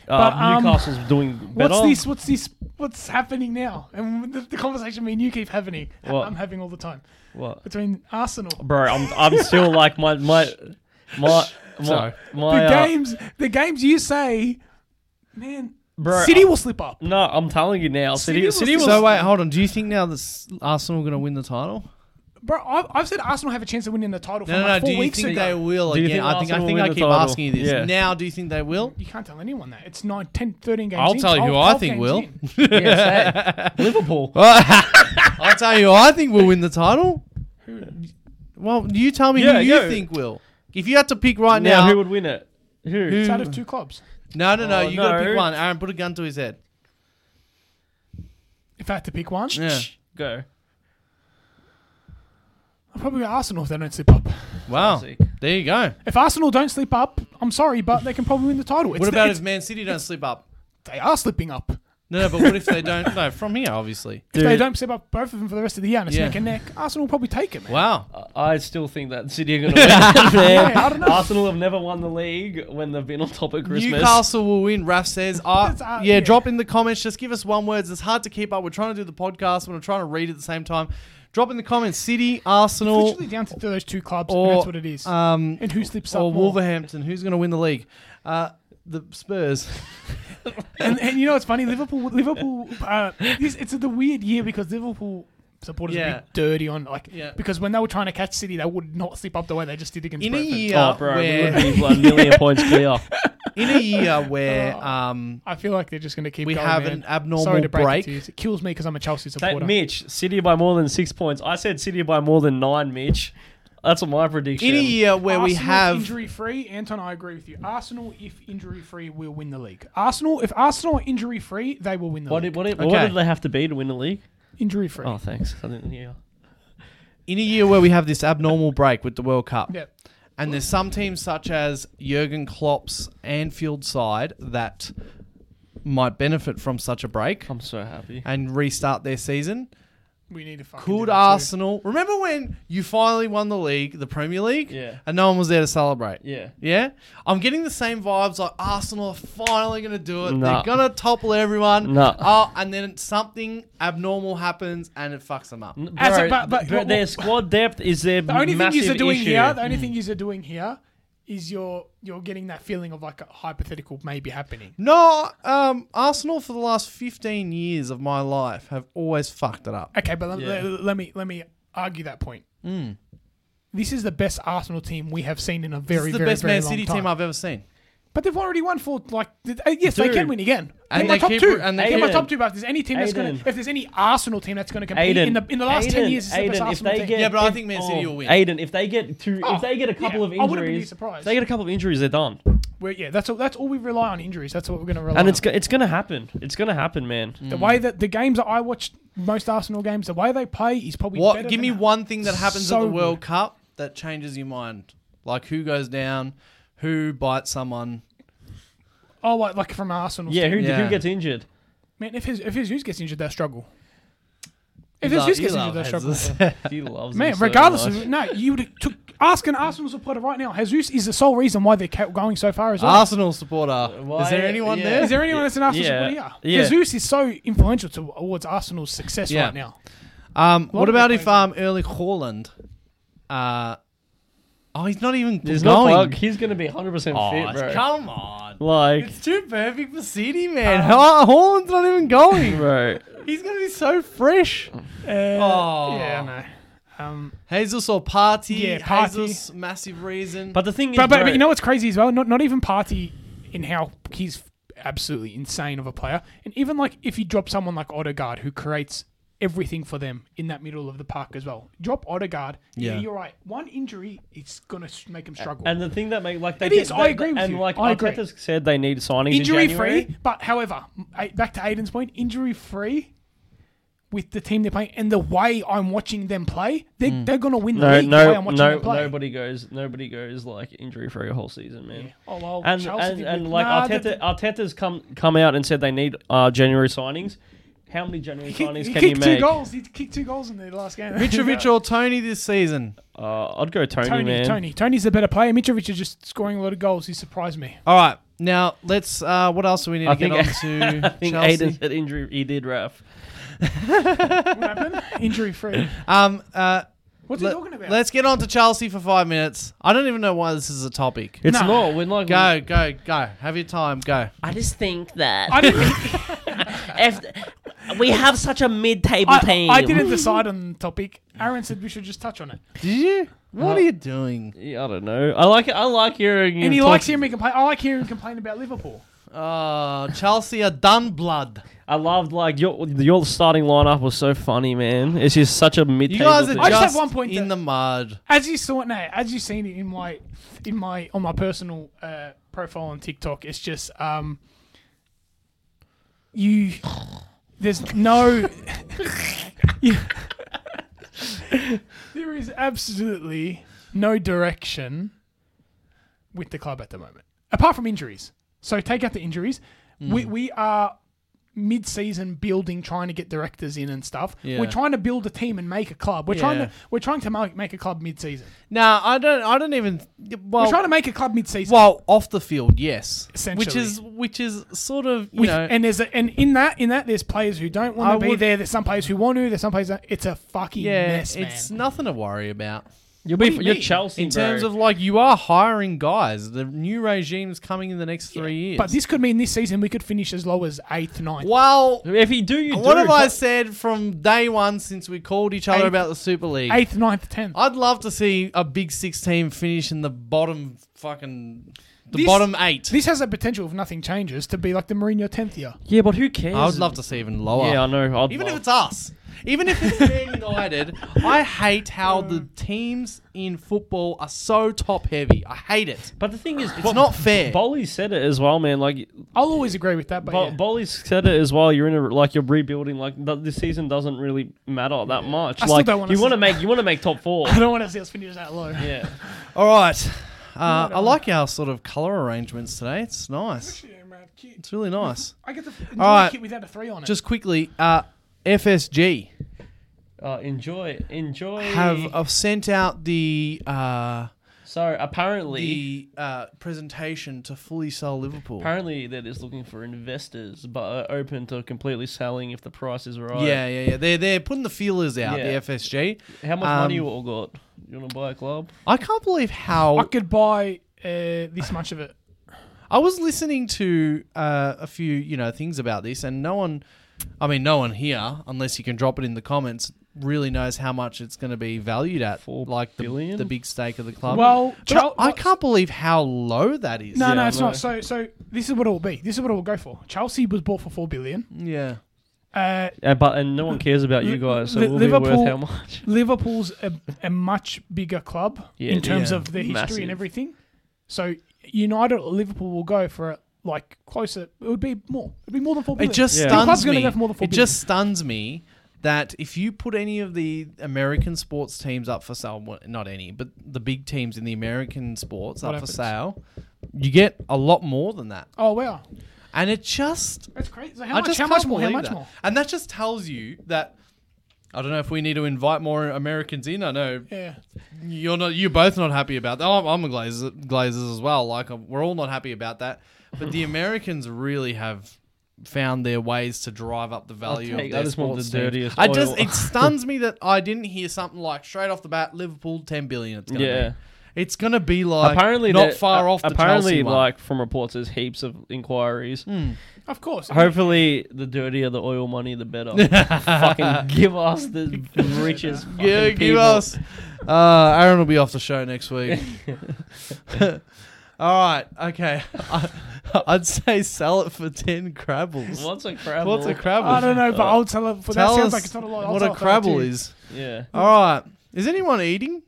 S2: But, um,
S3: Newcastle's doing better.
S2: What's this? What's this? What's happening now? And the, the conversation me and you keep having,
S3: What?
S2: I'm having all the time
S3: What?
S2: between Arsenal.
S3: bro? I'm I'm still like
S1: [LAUGHS]
S3: my my my my,
S1: Sorry.
S3: my
S2: the
S3: uh,
S2: games, the games you say, man,
S3: bro.
S2: City will slip up.
S3: No, I'm telling you now.
S2: City
S3: City,
S2: was-
S3: City was.
S1: So wait, hold on. Do you think now that s- Arsenal going to win the title?
S2: Bro, I've, I've said Arsenal have a chance of winning the title for
S1: No, no,
S2: like
S1: no.
S2: four
S1: Do you
S2: weeks
S1: think
S2: ago.
S1: they will?
S3: Do you
S1: Again,
S3: think
S1: I think I
S3: Arsenal
S1: think
S3: will
S1: I
S3: win the
S1: keep
S3: title?
S1: asking you this.
S3: Yeah.
S1: Now, do you think they will?
S2: You can't tell anyone that. It's 9, 10, 13 games.
S1: I'll
S2: in,
S1: tell you
S2: 12
S1: who I
S2: 12
S1: think
S2: games
S1: will. [LAUGHS]
S2: in.
S3: Yeah, say it. Liverpool.
S1: I'll tell you, I think we'll win the title. Well, you tell me
S3: Yeah,
S1: who
S3: go.
S1: you think will. If you had to pick right
S3: Now,
S1: now,
S3: who would win it? Who?
S2: It's
S1: Who-
S2: out of two clubs.
S1: no, no, no,
S3: Oh,
S1: you got to
S3: no.
S1: pick one. Aaron, put a gun to his head.
S2: If I had to pick one,
S1: Yeah.
S3: Go.
S2: I'll probably go Arsenal if they don't slip up.
S1: Wow,
S3: Classic.
S1: there you go.
S2: If Arsenal don't slip up, I'm sorry, but they can probably win the title. It's
S1: What
S2: the-
S1: about
S2: it's-
S1: if Man City don't slip up?
S2: they are slipping up?
S1: No, no, but what if they don't? No, from here, obviously.
S2: If they
S3: Dude.
S2: don't slip up both of them for the rest of the year and it's
S1: Yeah.
S2: neck and neck, Arsenal will probably take it, man.
S1: Wow.
S3: I still think that City are going to win. Man,
S2: Yeah, I don't know.
S3: Arsenal have never won the league when they've been on top of Christmas.
S1: Newcastle will win. Raf says, uh,
S2: That's, uh,
S1: yeah,
S2: yeah.
S1: drop in the comments. Just give us one words. It's hard to keep up. We're trying to do the podcast when I'm trying to read at the same time. Drop in the comments. City,
S2: It's
S1: Arsenal,
S2: literally down to those two clubs,
S1: or
S2: and that's what it is.
S1: um,
S2: and who slips
S1: or
S2: up more.
S1: Wolverhampton. Who's going to win the league? Uh, the Spurs. [LAUGHS]
S2: and, and you know what's funny? Liverpool, Liverpool. Uh, this, it's the weird year because Liverpool supporters
S1: Yeah.
S2: are dirty on like
S1: Yeah.
S2: because when they were trying to catch City, they would not slip up the way they just did against.
S1: In a
S2: Brentford.
S1: year
S3: Oh, bro, we would
S1: where,
S3: be a
S2: [LAUGHS]
S3: million points clear.
S1: in a year where
S2: Oh,
S1: um,
S2: I feel like they're just going to keep.
S1: we
S2: going,
S1: have
S2: man.
S1: an abnormal
S2: Sorry to break,
S1: break.
S2: It, to you. it kills me because I'm a Chelsea
S3: That-
S2: supporter.
S3: Mitch, City by more than six points. I said City by more than nine, Mitch. That's my prediction.
S1: in a year where we
S2: Arsenal
S1: have
S2: injury free. Anton, I agree with you. Arsenal, if injury free, will win the league. Arsenal, if Arsenal are injury free, they will win the
S3: What
S2: league.
S3: did, what, did, what
S1: Okay.
S3: did they have to be to win the league?
S2: Injury free.
S3: Oh, thanks. I didn't hear.
S1: in a year where we have this abnormal break with the World Cup.
S2: Yeah.
S1: And there's some teams such as Jurgen Klopp's Anfield side that might benefit from such a break
S3: I'm so happy.
S1: and restart their season.
S2: We need to fucking do
S1: Could
S2: that too.
S1: Arsenal remember when you finally won the league, the Premier League?
S3: Yeah.
S1: And no one was there to celebrate.
S3: Yeah.
S1: Yeah? I'm getting the same vibes like Arsenal are finally gonna do it.
S3: Nah.
S1: They're gonna topple everyone.
S3: Nah.
S1: Oh, and then something abnormal happens and it fucks them up.
S3: N-
S2: As
S3: bro,
S2: a- but- but-
S3: bro,
S2: what-
S3: their
S2: what-
S3: squad depth is their
S2: The only thing
S3: massive
S2: you're doing
S3: issue. Mm.
S2: here, the only thing you're doing here, is you're you're getting that feeling of like a hypothetical maybe happening.
S1: No, um, Arsenal for the last 15 years of my life have always fucked it up.
S2: Okay, but let,
S3: Yeah.
S2: let, let me let me argue that point. This is the best Arsenal team we have seen in a
S1: Mm. This
S2: very
S1: is the
S2: very
S1: best
S2: very
S1: Man
S2: long
S1: City
S2: time.
S1: team I've ever seen.
S2: But they've already won for like th- uh, yes, they
S3: Dude.
S2: can win again.
S1: And
S2: They're my
S1: they
S2: top
S1: keep-
S2: two.
S1: and
S2: And
S1: they
S2: they're my
S3: keep-
S2: top two. But if there's any team that's going
S3: Aiden.
S2: to, if there's any Arsenal team that's going to compete in the in the last ten
S3: Aiden,
S2: years, it's the best
S3: Aiden,
S2: Arsenal team.
S1: Yeah, but I think Man City will win.
S3: oh, Aiden, if they get two,
S2: Oh,
S3: if they get a couple of
S2: yeah, I wouldn't be
S3: injuries,
S2: surprised.
S3: if they get a couple of injuries, they're done.
S2: We're- yeah, that's all, that's all we rely on injuries. That's what we're going to rely on.
S3: And it's go- it's gonna happen. It's gonna happen, man.
S2: The way that the games that I watch, most Arsenal games, the way they play is probably
S1: What?
S2: better
S1: Give
S2: than
S1: me
S2: that.
S1: one thing that happens at
S2: So
S1: the
S2: good.
S1: World Cup that changes your mind. Like who goes down, who bites someone.
S2: Oh, like, like from Arsenal.
S3: Yeah, who,
S1: Yeah.
S3: who gets injured?
S2: man. If his if his youth gets injured, they struggle. If
S1: You
S2: his
S1: love-
S2: youth
S1: you
S2: gets
S1: love
S2: injured, they struggle.
S1: Jesus.
S3: He loves
S2: Man,
S3: him so
S2: regardless
S3: much.
S2: of no, you would took ask an Arsenal supporter right now. Jesus is the sole reason why they're ca- going so far as well.
S1: [LAUGHS] Arsenal supporter.
S3: Why-
S1: Is there anyone
S3: yeah.
S1: there?
S2: Is there anyone that's an Arsenal
S3: Yeah.
S2: supporter? Yeah.
S3: Yeah.
S2: Jesus is so influential to, towards Arsenal's success
S1: Yeah.
S2: right now.
S1: Um,
S2: Lot
S1: what
S2: of
S1: about
S2: it
S1: if
S2: plays out.
S1: um Erling Haaland? Uh, oh, he's not even
S3: There's no
S1: going. [LAUGHS]
S3: plug. He's gonna be 100 percent
S2: Oh,
S3: fit, bro.
S1: come on.
S3: like, Uh,
S1: It's too perfect for City, man. Ha Haaland's not even
S3: [LAUGHS]
S1: going.
S3: bro.
S1: He's gonna be so fresh.
S2: Uh,
S1: Oh.
S2: Yeah, I know. Um,
S1: Jesus or Party.
S2: Yeah, Partey.
S1: Jesus, massive reason.
S3: But the thing is,
S2: but, but,
S3: bro,
S2: but you know what's crazy as well? Not not even Party in how he's absolutely insane of a player, and even like if you drop someone like Odegaard who creates everything for them in that middle of the park as well. Drop Odegaard. Yeah,
S1: Yeah.
S2: you're right. One injury, it's gonna s- make him struggle.
S3: and the thing that make like they
S2: It
S3: get,
S2: is, I
S3: they-
S2: agree with
S3: and
S2: you.
S3: like
S2: I agree.
S3: Arteta said, they need signings in
S2: injury
S3: January.
S2: free, but however, m- a- back to Aiden's point, injury free with the team they're playing and the way I'm watching them play, they,
S3: Mm.
S2: they're going to win the
S3: No,
S2: league the way
S3: no,
S2: I'm watching
S3: no.
S2: them play.
S3: Nobody goes. Nobody goes like injury free a whole season, man.
S2: Oh, well,
S3: and
S2: Chelsea
S3: and,
S2: did
S3: and
S2: with-
S3: like
S2: Nah, they-
S3: Arteta, Arteta's come come out and said they need uh, January signings. How
S1: [LAUGHS]
S3: many January
S2: He kicked,
S3: signings
S2: he
S3: can you
S2: kicked two
S3: make?
S2: goals. He kicked two goals in the last game. [LAUGHS]
S1: Mitrovic or Tony this season?
S3: Uh, I'd go Tony,
S2: Tony,
S3: man.
S2: Tony, Tony's the better player. Mitrovic is just scoring a lot of goals. He surprised me.
S1: All right. Now let's. Uh, what else do we need
S3: I
S1: to get
S3: think-
S1: on to?
S3: [LAUGHS] I think
S1: Chelsea?
S3: Aiden's had injury. He did, Raf.
S2: What
S3: [LAUGHS]
S2: happened? Injury free.
S1: Um. Uh.
S2: What's
S1: let-
S2: he talking about?
S1: Let's get on to Chelsea for five minutes. I don't even know why this is a topic.
S3: It's
S2: No.
S3: not. We're like
S1: Go, go, go. Have your time. Go.
S4: I just think that
S3: [LAUGHS]
S2: I didn't,
S4: if we have such a mid-table
S2: I,
S4: team,
S2: I didn't decide on the topic. Aaron said we should just touch on it.
S1: Did you? What are you doing?
S3: Yeah, I don't know. I like I like hearing. you
S2: And he
S3: talk-
S2: likes hearing me complain. I like hearing him complain about Liverpool.
S1: Oh, Chelsea are done blood.
S3: I loved like your your starting lineup was so funny, man. It's just such a mid.
S1: You guys are
S2: I
S1: just,
S2: just have one point
S1: in
S2: to-
S1: the mud.
S2: As you saw, no, as you've seen it in my, in my on my personal uh, profile on TikTok, it's just um, you. There's no. [LAUGHS] you- there is absolutely no direction with the club at the moment, apart from injuries. So take out the injuries. We we are mid-season building, trying to get directors in and stuff.
S1: Yeah.
S2: We're trying to build a team and make a club. We're trying
S1: Yeah.
S2: to we're trying to make, make a club mid-season.
S1: Now I don't. I don't even. Well,
S2: We're trying to make a club mid-season.
S1: well, off the field, yes. Which
S2: Essentially.
S1: is which is sort of you
S2: With-
S1: know.
S2: and there's a, and in that in that there's players who don't
S1: I
S2: want to be
S1: would-
S2: there. There's some players who want to. There's some players. That, it's a fucking
S1: yeah,
S2: mess, man.
S1: it's nothing to worry about.
S3: You'll be
S2: do you
S3: you are
S2: mean?
S3: Chelsea
S1: In terms of like, you are hiring guys. The new regime is coming in the next three years.
S2: But this could mean this season we could finish as low as eighth, ninth.
S1: well,
S3: if you do, you
S1: what
S3: do.
S1: have I
S3: but-
S1: said from day one since we called each other
S2: Eighth-
S1: about the Super League?
S2: Eighth, ninth, tenth.
S1: I'd love to see a Big Six team finish in the bottom fucking the
S2: This-
S1: bottom eight.
S2: This has the potential, if nothing changes, to be like the Mourinho tenth year.
S3: Yeah, but who cares?
S1: I would love to see even lower.
S3: Yeah, I know. I'd
S1: even if
S3: love-
S1: it's us. Even if it's
S3: [LAUGHS]
S1: Man United, I hate how the teams in football are so top heavy. I hate it.
S3: But the thing is,
S1: It's not fair.
S3: Bolly said it as well, man. Like
S2: I'll always agree with that, but
S3: Bo-
S2: yeah.
S3: Bolly said it as well. You're in a like you're rebuilding. Like th- this season doesn't really matter that much.
S2: I still
S3: like
S2: don't wanna
S3: you want to
S2: see-
S3: make you want to make
S1: [LAUGHS]
S3: top four.
S2: [LAUGHS] I don't want to see us finish that low.
S3: yeah,
S1: All right. Uh, I like our sort of color arrangements today. It's nice. It's really nice.
S2: I get to enjoy
S1: All right.
S2: kit without a three on it.
S1: Just quickly, uh, FSG
S3: uh, enjoy, enjoy.
S1: have uh, sent out the uh,
S3: so apparently,
S1: the uh, presentation to fully sell Liverpool.
S3: apparently that is looking for investors, but are open to completely selling if the price is right.
S1: Yeah, yeah, yeah. They're they're putting the feelers out.
S3: Yeah.
S1: The FSG.
S3: How much
S1: Um,
S3: money you all got? You want to buy a club?
S1: I can't believe how
S2: I could buy uh, this much of it.
S1: I was listening to uh, a few, you know, things about this, and no one, I mean, no one here, unless you can drop it in the comments, really knows how much it's going to be valued at,
S3: Four
S1: like the,
S3: billion?
S1: the big stake of the club.
S2: Well,
S1: Um, But
S2: Chel-
S1: I, I can't believe how low that is.
S2: No,
S3: Yeah,
S2: no,
S3: I
S2: it's
S3: know.
S2: not. So, so this is what it will be. This is what it will go for. Chelsea was bought for four billion.
S1: Yeah.
S2: Uh,
S3: Yeah, but and no one cares about you
S2: Li-
S3: guys, so
S2: Li-
S3: we'll be worth
S2: Liverpool-
S3: how much?
S2: Liverpool's a, a much bigger club
S3: Yeah,
S2: in terms
S1: yeah.
S2: of their history
S3: Massive.
S2: and everything. So United or Liverpool will go for like closer. It would be more. It'd be more than four billion.
S1: It just
S3: Yeah. The
S1: stuns
S2: club's gonna
S1: me.
S2: go for more than four
S1: it just stuns me that if you put any of the American sports teams up for sale, well, not any, but the big teams in the American sports
S2: What
S1: up for
S2: happens?
S1: sale, you get a lot more than that.
S2: oh wow,
S1: And it just
S2: that's crazy. So
S1: I
S2: how much?
S1: just
S2: How much
S1: can't
S2: more? How
S1: believe
S2: much
S1: that.
S2: more?
S1: And that just tells you that I don't know if we need to invite more Americans in. I know
S2: Yeah.
S1: you're not, you're both not happy about that. I'm, I'm a Glazers, Glazers as well. Like um, we're all not happy about that. But
S3: [LAUGHS]
S1: the Americans really have found their ways to drive up the value
S3: take-
S1: of their
S3: I just want the
S1: sports teams.
S3: dirtiest
S1: I just
S3: [LAUGHS] oil.
S1: it stuns me that I didn't hear something like straight off the bat Liverpool 10 billion. It's gonna
S3: Yeah.
S1: be. It's gonna be like
S3: apparently
S1: not
S3: that-
S1: far
S3: a-
S1: off. The
S3: apparently,
S1: Chelsea one.
S3: like from reports, there's heaps of inquiries.
S2: Of course.
S3: Hopefully, the dirtier the oil money, the better.
S1: [LAUGHS]
S3: fucking give us the richest. Fucking
S1: Yeah, give
S3: people.
S1: us. Uh, Aaron will be off the show next week.
S3: [LAUGHS]
S1: [LAUGHS] All right, okay. [LAUGHS] I, I'd say sell it for ten crabbles.
S3: What's a crab?
S1: What's a crabble?
S2: I don't know, but I'll tell her. For that
S1: Uh, Tell us
S2: sounds like it's not a lot. I'll
S1: what
S2: tell
S1: a
S2: her for that
S1: crabble
S2: too.
S1: is.
S3: Yeah.
S1: All right. Is anyone eating?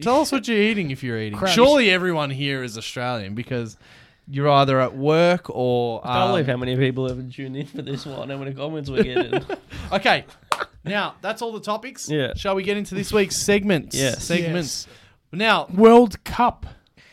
S1: Tell us what you're eating if you're eating.
S2: Crabs.
S1: Surely everyone here is Australian because you're either at work or.
S3: I can't believe
S1: um,
S3: [LAUGHS] how many people have tuned in for this one and how many comments we're getting.
S1: okay. Now, that's all the topics.
S3: Yeah.
S1: Shall we get into this week's segments?
S3: Yes.
S1: Segments. Now,
S2: World Cup.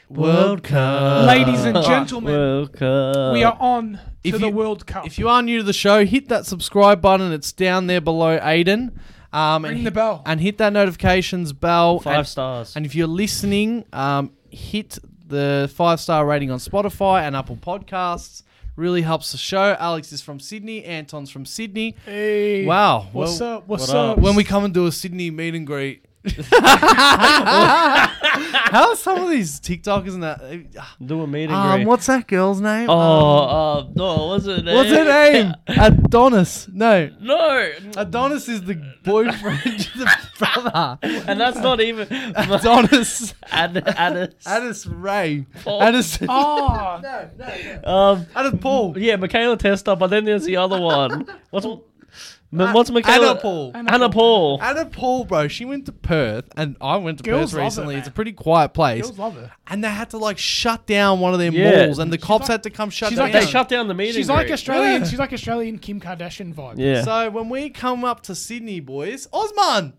S1: World Cup.
S2: Ladies and gentlemen,
S3: Welcome.
S2: we are on to
S1: Uh, If
S2: the
S1: you-
S2: World Cup.
S1: if you are new to the show, hit that subscribe button. It's down there below Aiden. Um,
S2: Ring
S1: and
S2: the
S1: hit-
S2: bell.
S1: And hit that notifications bell.
S3: five
S1: and,
S3: stars.
S1: And if you're listening, um, hit the five star rating on Spotify and Apple Podcasts. Really helps the show. Alex is from Sydney. Anton's from Sydney.
S2: Hey,
S1: Wow.
S2: What's
S1: Well,
S2: up? What's
S3: what
S2: up?
S3: up?
S1: When we come and do a Sydney meet and
S2: [LAUGHS]
S1: greet. How are some of these TikTokers and that? Uh,
S3: Do a meeting.
S1: Um, what's that girl's name?
S3: Oh,
S1: Um,
S3: uh, no, what's her name?
S1: what's her
S3: [LAUGHS]
S1: name? Adonis. No.
S3: No,
S1: Adonis is the boyfriend, the
S3: [LAUGHS]
S1: brother.
S3: and that's
S1: [LAUGHS]
S3: not even.
S1: Adonis.
S3: [LAUGHS] Ad, Addis.
S1: Addis Ray.
S3: Paul. Oh.
S1: Addis. [LAUGHS]
S2: Ah,
S1: No, no, no.
S3: Um,
S1: Addis Paul.
S3: yeah, Michaela Testa, but then there's the other
S1: [LAUGHS]
S3: one. What's M- what's Michaela?
S1: Anna Paul.
S3: Anna Paul.
S1: Anna Paul, bro. She went to Perth, and I went to
S2: Girls
S1: Perth
S2: love it,
S1: recently.
S2: man.
S1: it's a pretty quiet place,
S2: girls love her.
S1: and they had to like shut down one of their
S3: Yeah.
S1: malls, and the cops
S2: like-
S1: had to come shut
S2: she's
S1: down.
S2: like
S3: They shut down the meeting.
S2: She's like
S3: a.
S2: Australian.
S1: Yeah.
S2: She's like Australian Kim Kardashian vibe.
S3: Yeah.
S1: So when we come up to Sydney, boys, Osman,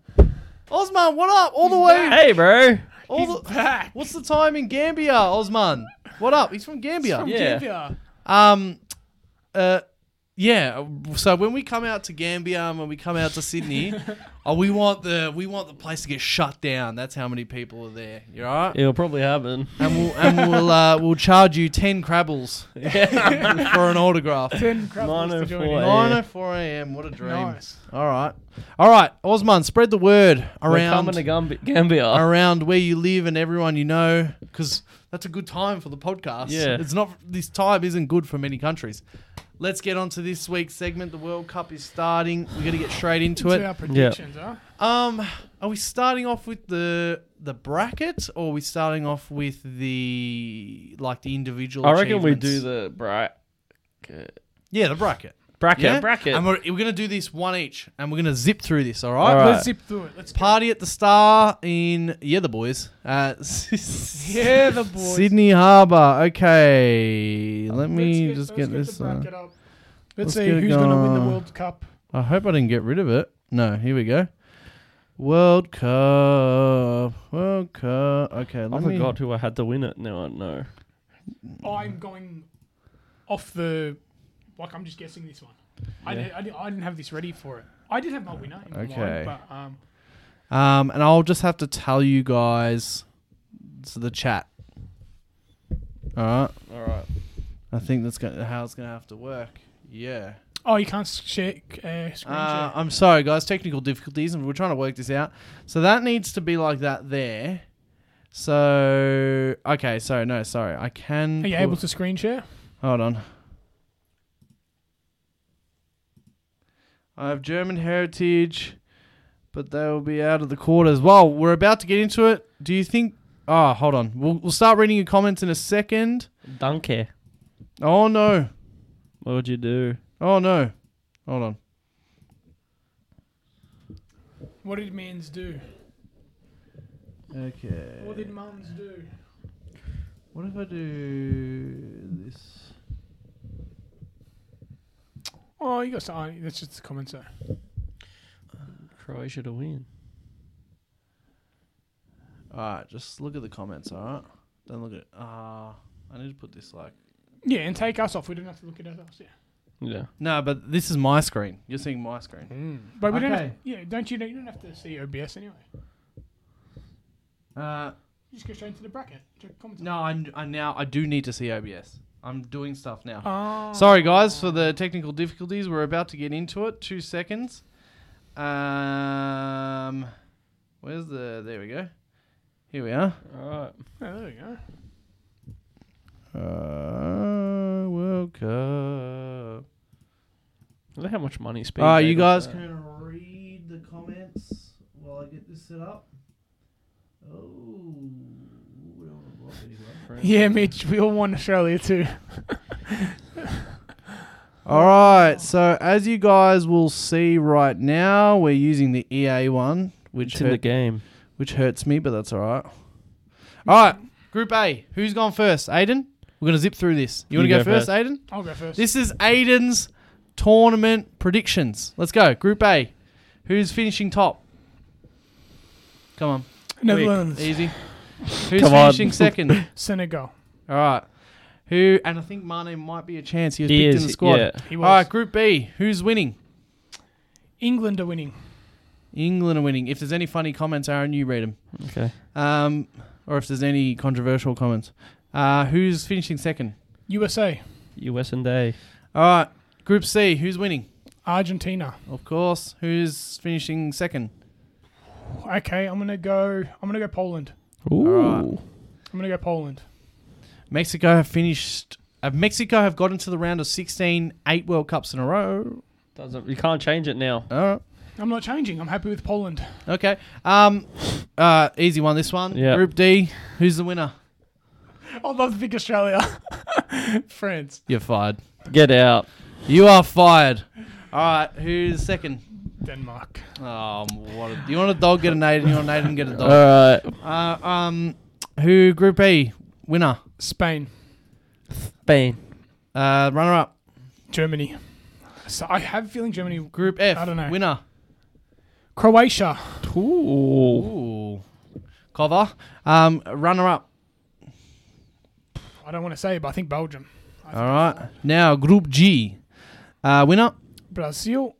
S1: Osman, what up? All the way,
S3: hey, bro.
S1: all the, What's the time in Gambia, Osman? What up? He's from Gambia.
S2: From
S3: Yeah.
S2: Gambia.
S1: Um, uh, yeah. So when we come out to Gambia and when we come out to
S2: [LAUGHS]
S1: Sydney, oh, we want the we want the place to get shut down. That's how many people are there. You all right?
S3: It'll probably happen.
S1: And we'll and we'll uh, we'll charge you ten
S3: [LAUGHS]
S1: crabbles for an autograph.
S2: Ten crap wants to join
S3: 904.
S2: in.
S1: Nine oh four a.m. What a dream.
S2: Nice.
S1: All right, all right, Osman, spread the word
S3: We're coming to
S1: around
S3: Gambi- Gambia.
S1: around where you live and everyone you know, because that's a good time for the podcast.
S3: Yeah.
S1: it's not this time isn't good for many countries. Let's get on to this week's segment. The World Cup is starting. We're gonna get straight into
S2: To
S1: it.
S2: our predictions, huh?
S1: Um, are we starting off with the the bracket, or are we starting off with the like the individual?
S3: I reckon we do
S1: achievements?
S3: the bra-
S1: yeah the bracket.
S3: bracket.
S1: yeah?
S3: Bracket.
S1: And we're, we're gonna do this one each, and we're gonna zip through this. All right.
S3: All right.
S2: Let's zip through it. Let's go.
S1: Party at the Star in yeah the boys. Uh, [LAUGHS]
S2: Yeah, the boys.
S1: Sydney Harbour. Okay, let
S2: Let's
S1: me just
S2: let's
S1: get this.
S2: the
S1: uh,
S2: bracket up. Let's,
S1: let's
S2: see
S1: get it
S2: who's going to win the
S1: going.
S2: World Cup.
S1: I hope I didn't get rid of it. No, here we go. World Cup. World Cup. Okay,
S3: I
S1: let me.
S3: forgot who I had to win it. Now I know.
S2: I'm going off the. Like, I'm just guessing this one. I,
S3: Yeah.
S2: did, I, did, I didn't have this ready for it. I did have my winner in
S1: Okay.
S2: mind, but um,
S1: Um, and I'll just have to tell you guys to the chat. All right.
S3: All right.
S1: I think that's gonna, how it's gonna have to work. Yeah.
S2: oh, you can't share uh, screen
S1: Uh,
S2: share.
S1: I'm sorry, guys. Technical difficulties, and we're trying to work this out. So that needs to be like that there. So okay, so no, sorry, I can.
S2: Are you
S1: put-
S2: able to screen share?
S1: Hold on. I have German heritage, but they will be out of the quarters. Well, we're about to get into it. Do you think? Oh, hold on. We'll, we'll start reading your comments in a second.
S3: Danke.
S1: Oh no!
S3: What would you do?
S1: Oh no! Hold on.
S2: What did mans do?
S1: Okay.
S2: What did mums do?
S1: What if I do this?
S2: Oh, you got to. Oh, that's just the comments there.
S3: Croatia to win.
S1: All right, just look at the comments. All right, don't look at. Ah, I need to put this like.
S2: Yeah, and take us off. We don't have to look at us. Yeah.
S3: Yeah.
S1: No, but this is my screen. You're seeing my screen.
S2: But we don't. Have,
S1: Okay.
S2: yeah, don't you? You don't have to see OBS anyway. Hmm?
S1: Uh,
S2: You just go straight into the bracket. Check comments.
S1: no, I, I now I do need to see OBS. I'm doing stuff now.
S2: Oh.
S1: Sorry guys for the technical difficulties. We're about to get into it. Two seconds. Um, where's the? There we go. Here we are.
S3: All right.
S2: Oh, there we go.
S1: Uh, World Cup.
S3: I wonder how much money speed.
S1: All right,
S3: they
S1: you
S3: got
S1: guys
S3: for that.
S1: can read the comments while I get this set up. Oh, we don't want to block anyone.
S2: Yeah, Mitch, we all want Australia too.
S1: All right, so as you guys will see right now, we're using the EA one, which
S3: It's in the
S1: hurt,
S3: game.
S1: which hurts me, but that's all right. All right, Group A. Who's gone first? Aiden. We're gonna zip through this. You,
S3: You
S1: want to go,
S3: go
S1: first,
S3: first.
S1: Aiden?
S2: I'll go first.
S1: This is Aiden's tournament predictions. Let's go. Group A. Who's finishing top? Come on,
S2: Netherlands,
S3: [LAUGHS]
S1: easy. Who's
S3: Come on.
S1: finishing second?
S3: [LAUGHS]
S1: All
S2: Senegal.
S1: right. Who and I think Mane might be a chance. He was
S3: He
S1: picked
S3: is,
S1: in the squad.
S3: yeah.
S2: He
S1: All
S2: was.
S1: right, Group B. Who's winning?
S2: England are winning.
S1: England are winning. If there's any funny comments, Aaron, you read them.
S3: Okay.
S1: Um, or if there's any controversial comments. Uh, who's finishing second?
S2: USA,
S3: US and A.
S1: All right, Group C. Who's winning?
S2: Argentina.
S1: Of course. Who's finishing second?
S2: Okay, I'm gonna go. I'm gonna go Poland.
S1: Ooh.
S2: I'm gonna go Poland.
S1: Mexico have finished. Uh, Mexico have got into the round of 16, eight World Cups in a row.
S3: Doesn't you can't change it now.
S1: All right.
S2: I'm not changing. I'm happy with Poland. [LAUGHS]
S1: Okay. Um, uh, easy one. This one.
S3: Yeah.
S1: Group D. Who's the winner?
S2: I love to pick Australia. [LAUGHS] France.
S1: You're fired.
S3: Get out.
S1: You are fired. All right. Who's second?
S2: Denmark.
S1: Oh, what a, you want a dog get a nade, and you want a nade and get a
S3: All
S1: dog.
S3: right.
S1: Uh, um, who? Group E. Winner.
S2: Spain.
S3: Spain.
S1: Uh, runner up.
S2: Germany. So I have a feeling Germany.
S1: Group F.
S2: I don't know.
S1: Winner.
S2: Croatia.
S3: Ooh.
S1: Ooh. Cover. Um, runner up.
S2: I don't want to say it, but I think Belgium. I think
S1: All right. Now, Group G. Uh, winner,
S2: Brazil.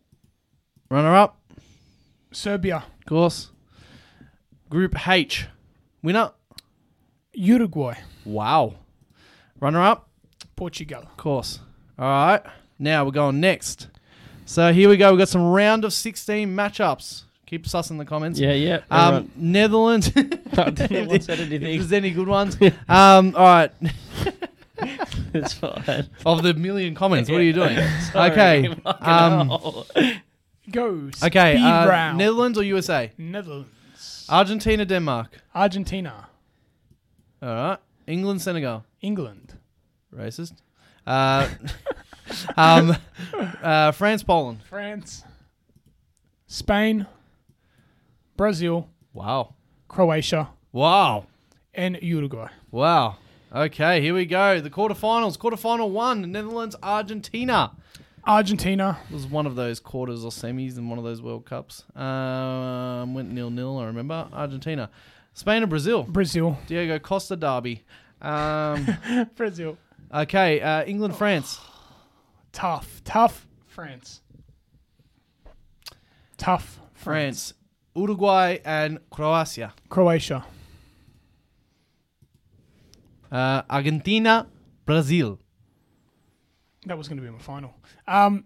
S1: runner up,
S2: Serbia.
S1: of course. Group H. Winner.
S2: Uruguay.
S1: Wow. Runner up,
S2: Portugal.
S1: of course. All right. Now we're going next. So here we go. We've got some round of 16 matchups. Keep sussing the comments.
S3: Yeah, yeah.
S1: Um, Netherlands. [LAUGHS]
S3: everyone. [LAUGHS] I didn't want to say
S1: if [LAUGHS]
S3: anything.
S1: there's any good ones. Um, all right.
S3: It's fine.
S1: Of the million comments, what are you doing?
S3: Sorry,
S1: okay.
S3: [LAUGHS] fucking
S1: Um,
S3: hell.
S2: Go.
S1: okay.
S2: Speed
S1: Uh,
S2: round.
S1: Netherlands or USA?
S2: Netherlands.
S1: Argentina, Denmark.
S2: Argentina.
S1: All right. England, Senegal.
S2: England.
S1: Racist. Uh, [LAUGHS] um, uh, France, Poland.
S2: France. Spain. Brazil.
S1: Wow.
S2: Croatia.
S1: Wow.
S2: And Uruguay.
S1: Wow. Okay, here we go. The quarterfinals. Quarterfinal one, Netherlands, Argentina.
S2: Argentina.
S1: It was one of those quarters or semis in one of those World Cups. Um, went nil nil, I remember. Argentina. Spain and Brazil. [LAUGHS]
S2: Brazil.
S1: Diego Costa derby. Um,
S2: Brazil.
S1: okay, uh, England, France.
S2: Tough. Tough. France. Tough.
S1: France. Uruguay and Croatia.
S2: Croatia.
S1: Uh, Argentina, Brazil.
S2: That was going to be my final. Um,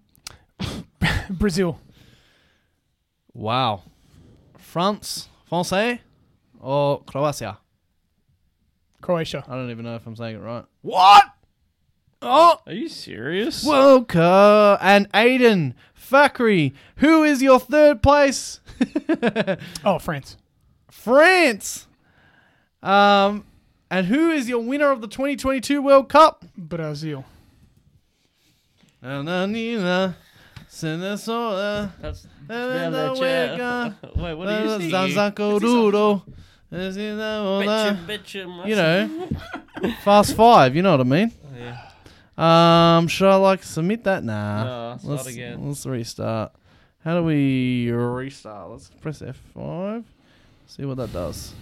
S2: [LAUGHS] Brazil.
S1: Wow. France, Francais, or Croatia?
S2: Croatia.
S1: I don't even know if I'm saying it right.
S2: What?
S1: Oh!
S3: Are you serious?
S1: World Cup and Aiden Fakri. Who is your third place? [LAUGHS]
S2: Oh, France.
S1: France. Um, and who is your winner of the 2022 World Cup?
S2: Brazil.
S1: Ananina, Senesola,
S3: That's
S1: Down
S3: down
S1: Uh, the Uh,
S3: chair. [LAUGHS]
S1: wicker.
S3: Wait, what are you singing?
S1: Zanzakoruro,
S4: Bitchin',
S1: Zinamola.
S4: bitchin',
S1: you know, Fast Five. You know what I mean? Um, should I like submit that? Nah.
S3: No, start
S1: Uh, let's,
S3: again.
S1: Let's restart. How do we restart? Let's press F five. See what that does.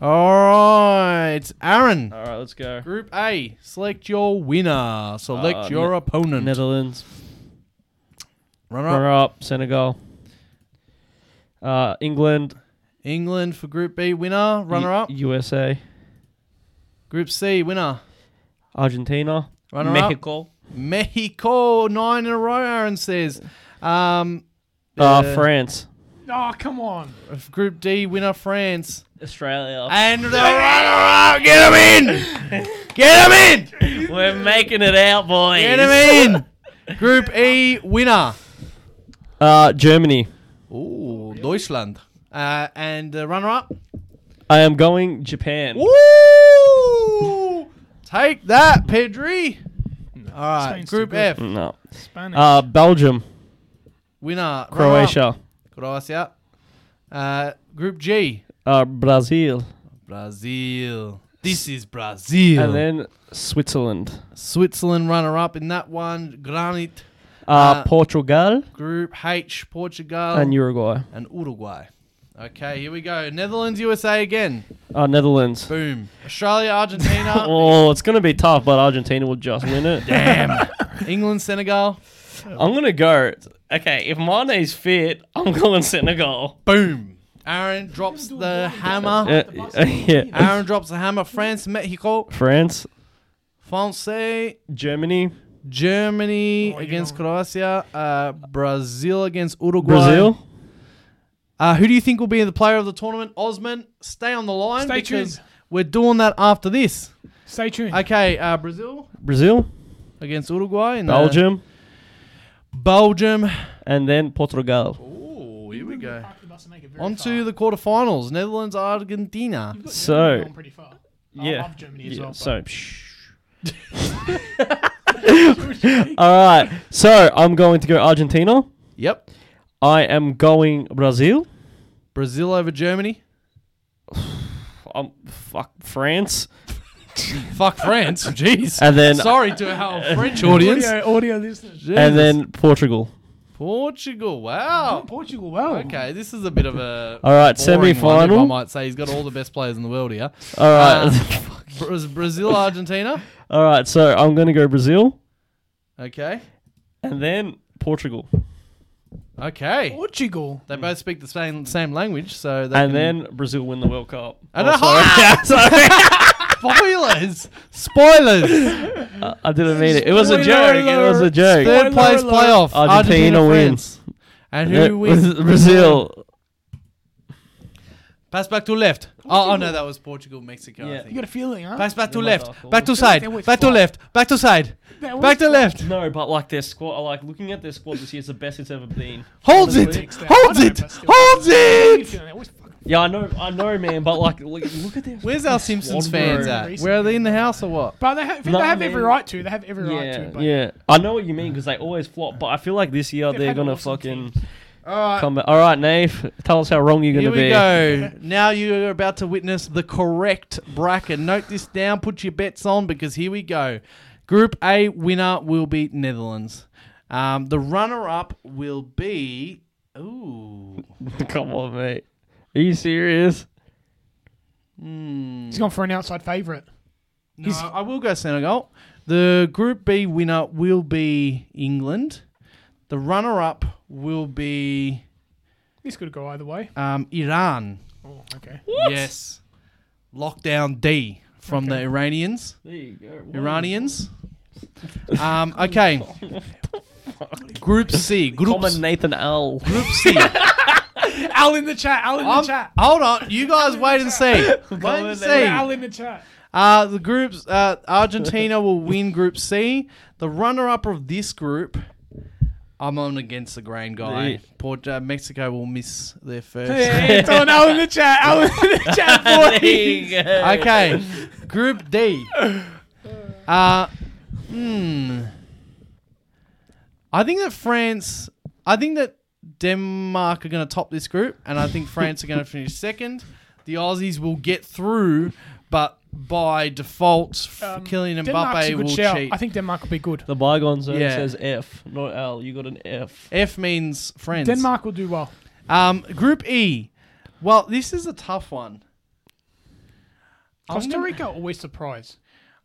S1: All right, Aaron.
S3: All right, let's go.
S1: Group A. Select your winner. Select
S3: Uh,
S1: your
S3: Ne-
S1: opponent.
S3: Netherlands.
S1: Runner up.
S3: Runner up, Senegal. Uh, England.
S1: England for Group B winner. Runner
S3: U-
S1: up.
S3: USA.
S1: Group C winner.
S3: Argentina.
S1: Runner up.
S4: Mexico.
S1: Mexico nine in a row. Aaron says. Um,
S3: Uh, France.
S2: Oh, come on.
S1: Group D winner France.
S4: Australia.
S1: And the runner-up, get him in, get him in,
S4: We're making it out, boys.
S1: get him
S2: [LAUGHS]
S1: in. Group E winner.
S3: Uh, Germany.
S1: Ooh, Deutschland. Uh, and the runner-up.
S3: I am going Japan.
S1: Woo! Take that, Pedri. All right,
S2: Mm. Spain's
S1: Group
S2: too good.
S1: F
S3: No.
S2: Spanish.
S3: Uh, Belgium.
S1: winner. runner-up,
S3: Mm. Croatia.
S1: Croatia. Uh, group G.
S3: Uh, Brazil.
S1: Brazil. This is Brazil.
S3: And then Switzerland.
S1: Switzerland runner-up in that one. Granit.
S3: Uh, Portugal
S1: Group H, Portugal
S3: and
S1: and,
S3: Uruguay.
S1: Uruguay. Okay, here we go. Netherlands, USA again.
S3: Uh, Netherlands.
S1: Boom. Australia,
S3: [LAUGHS]
S1: Argentina,
S3: Oh, it's gonna be tough, but Argentina will just win it.
S1: England, Senegal.
S3: I'm gonna go. Okay, if Mane's fit, I'm going
S1: [LAUGHS]
S3: Senegal.
S1: Boom. Aaron drops the hammer.
S3: Uh, yeah.
S1: Aaron drops the hammer. France, Mexico,
S3: France,
S1: France,
S3: Germany,
S1: Germany against Croatia, uh, Brazil against Uruguay.
S3: Brazil.
S1: Uh, who do you think will be the player of the tournament? Osman, stay on the line
S2: Stay
S1: because
S2: tuned.
S1: we're doing that after this.
S2: Stay tuned.
S1: Okay, uh, Brazil
S3: Brazil,
S1: against Uruguay. And, uh,
S3: Belgium,
S1: Belgium.
S3: and then Portugal.
S1: Ooh, Oh, here we go. On to the quarterfinals. Netherlands, Argentina.
S3: So-
S2: pretty far.
S3: yeah.
S2: I love Germany as
S3: Yeah,
S2: well.
S3: so. [LAUGHS] All right. So I'm going to go Argentina.
S1: Yep.
S3: I am going Brazil.
S1: Brazil over Germany.
S3: Um, fuck France.
S1: Fuck France.
S3: [LAUGHS]
S1: Jeez.
S3: And then
S1: Sorry to our
S3: [LAUGHS]
S1: French audience.
S2: Audio, audio listeners.
S3: and then Portugal.
S1: Portugal. Wow.
S2: Portugal, well.
S1: Okay, this is a bit of a
S3: All right,
S1: boring one, if
S3: semi-final.
S1: I might say he's got all the best players in the world here.
S3: [LAUGHS]
S1: Uh,
S3: All right. [LAUGHS]
S1: Bra- Brazil, Argentina.
S3: All right. So I'm going to go Brazil
S1: Okay.
S3: and then Portugal.
S1: Okay.
S2: Portugal.
S1: They both speak the same same language, so they
S3: And
S1: can-
S3: then Brazil win the World Cup.
S1: And
S3: Oh,
S1: a-
S3: [LAUGHS] sorry. Yeah, sorry.
S1: [LAUGHS] spoilers, spoilers.
S3: I didn't mean it. It was a
S1: Spoiler
S3: joke. It was a joke.
S1: Third place
S2: alert.
S1: playoff.
S3: Argentina wins.
S1: France. And who wins?
S3: [LAUGHS] Brazil.
S1: Pass back to left. Oh, oh no, that was Portugal, Mexico. I
S3: Yeah.
S2: You
S1: think.
S2: got a feeling, huh?
S1: Pass back to
S3: They might
S1: left.
S3: not
S1: Back to
S2: fall. They
S1: side.
S2: always
S1: Back to
S2: fall.
S1: left. Back to side.
S2: That was
S1: Back to
S2: fun.
S1: left.
S3: No, but like their squad, like looking at their squad this year is the best it's ever been.
S1: Holds it.
S2: Honestly.
S1: Holds it. Holds it.
S2: That was fucking
S3: Yeah, I know, I know, man. But like, look, look at their.
S1: Where's our Simpsons
S3: Swan
S1: fans
S3: Road.
S1: at? Where are they in the house or what?
S2: But they have, they
S3: No,
S2: have
S3: I
S2: every
S3: mean-
S2: right to. They have every right
S3: Yeah,
S2: to. But
S3: yeah. I know what you mean because they always flop. But I feel like this year
S2: They've
S3: they're
S2: had
S3: gonna
S2: awesome
S3: fucking
S2: teams.
S1: All right.
S3: come back. All right, Nave, tell us how wrong you're
S1: Here
S3: gonna
S1: we
S3: be.
S1: go. Now you're about to witness the correct bracket. Note this down, put your bets on because here we go. Group A winner will be Netherlands. Um, the runner up will be. Ooh.
S3: [LAUGHS] come on, mate. Are you serious?
S2: He's gone for an outside favourite.
S1: No, I will go Senegal. The Group B winner will be England. The runner up will be
S2: This could go either way.
S1: um, Iran.
S2: Oh, okay.
S1: Yes. Lockdown D from the Iranians.
S3: There you go.
S2: [LAUGHS]
S1: Iranians. Um, okay. Group C. Group,
S3: Common Nathan L.
S1: [LAUGHS] group C.
S2: Al in the chat. Al in
S1: Um,
S2: the chat.
S1: hold on. You guys wait and see. Wait and
S3: Comment
S2: Al
S1: see.
S2: in the chat.
S1: Uh, the groups. Uh, Argentina will win Group C. The runner-up of this group. I'm on against the grain guy.
S3: Yeah.
S1: Port, uh, Mexico will miss their first.
S2: Hey, it's on Al in the chat. Al in the chat, boy.
S1: Okay. Group
S2: [LAUGHS]
S1: D. Uh, hmm. I think that France. I think that Denmark are going to top this group, and I think France are going to finish second. The Aussies will get through, but by default, um,
S2: Um,
S1: Kylian
S2: Denmark's a
S1: Mbappe
S2: good
S1: will
S2: shout.
S1: cheat.
S2: I think Denmark will be good.
S3: The bygone zone
S1: Yeah.
S3: says F, not L. You got an F.
S1: F means friends.
S2: Denmark will do well.
S1: Um, group E. Well, this is a tough one. I'm
S2: Costa
S1: gonna-
S2: Rica always surprise.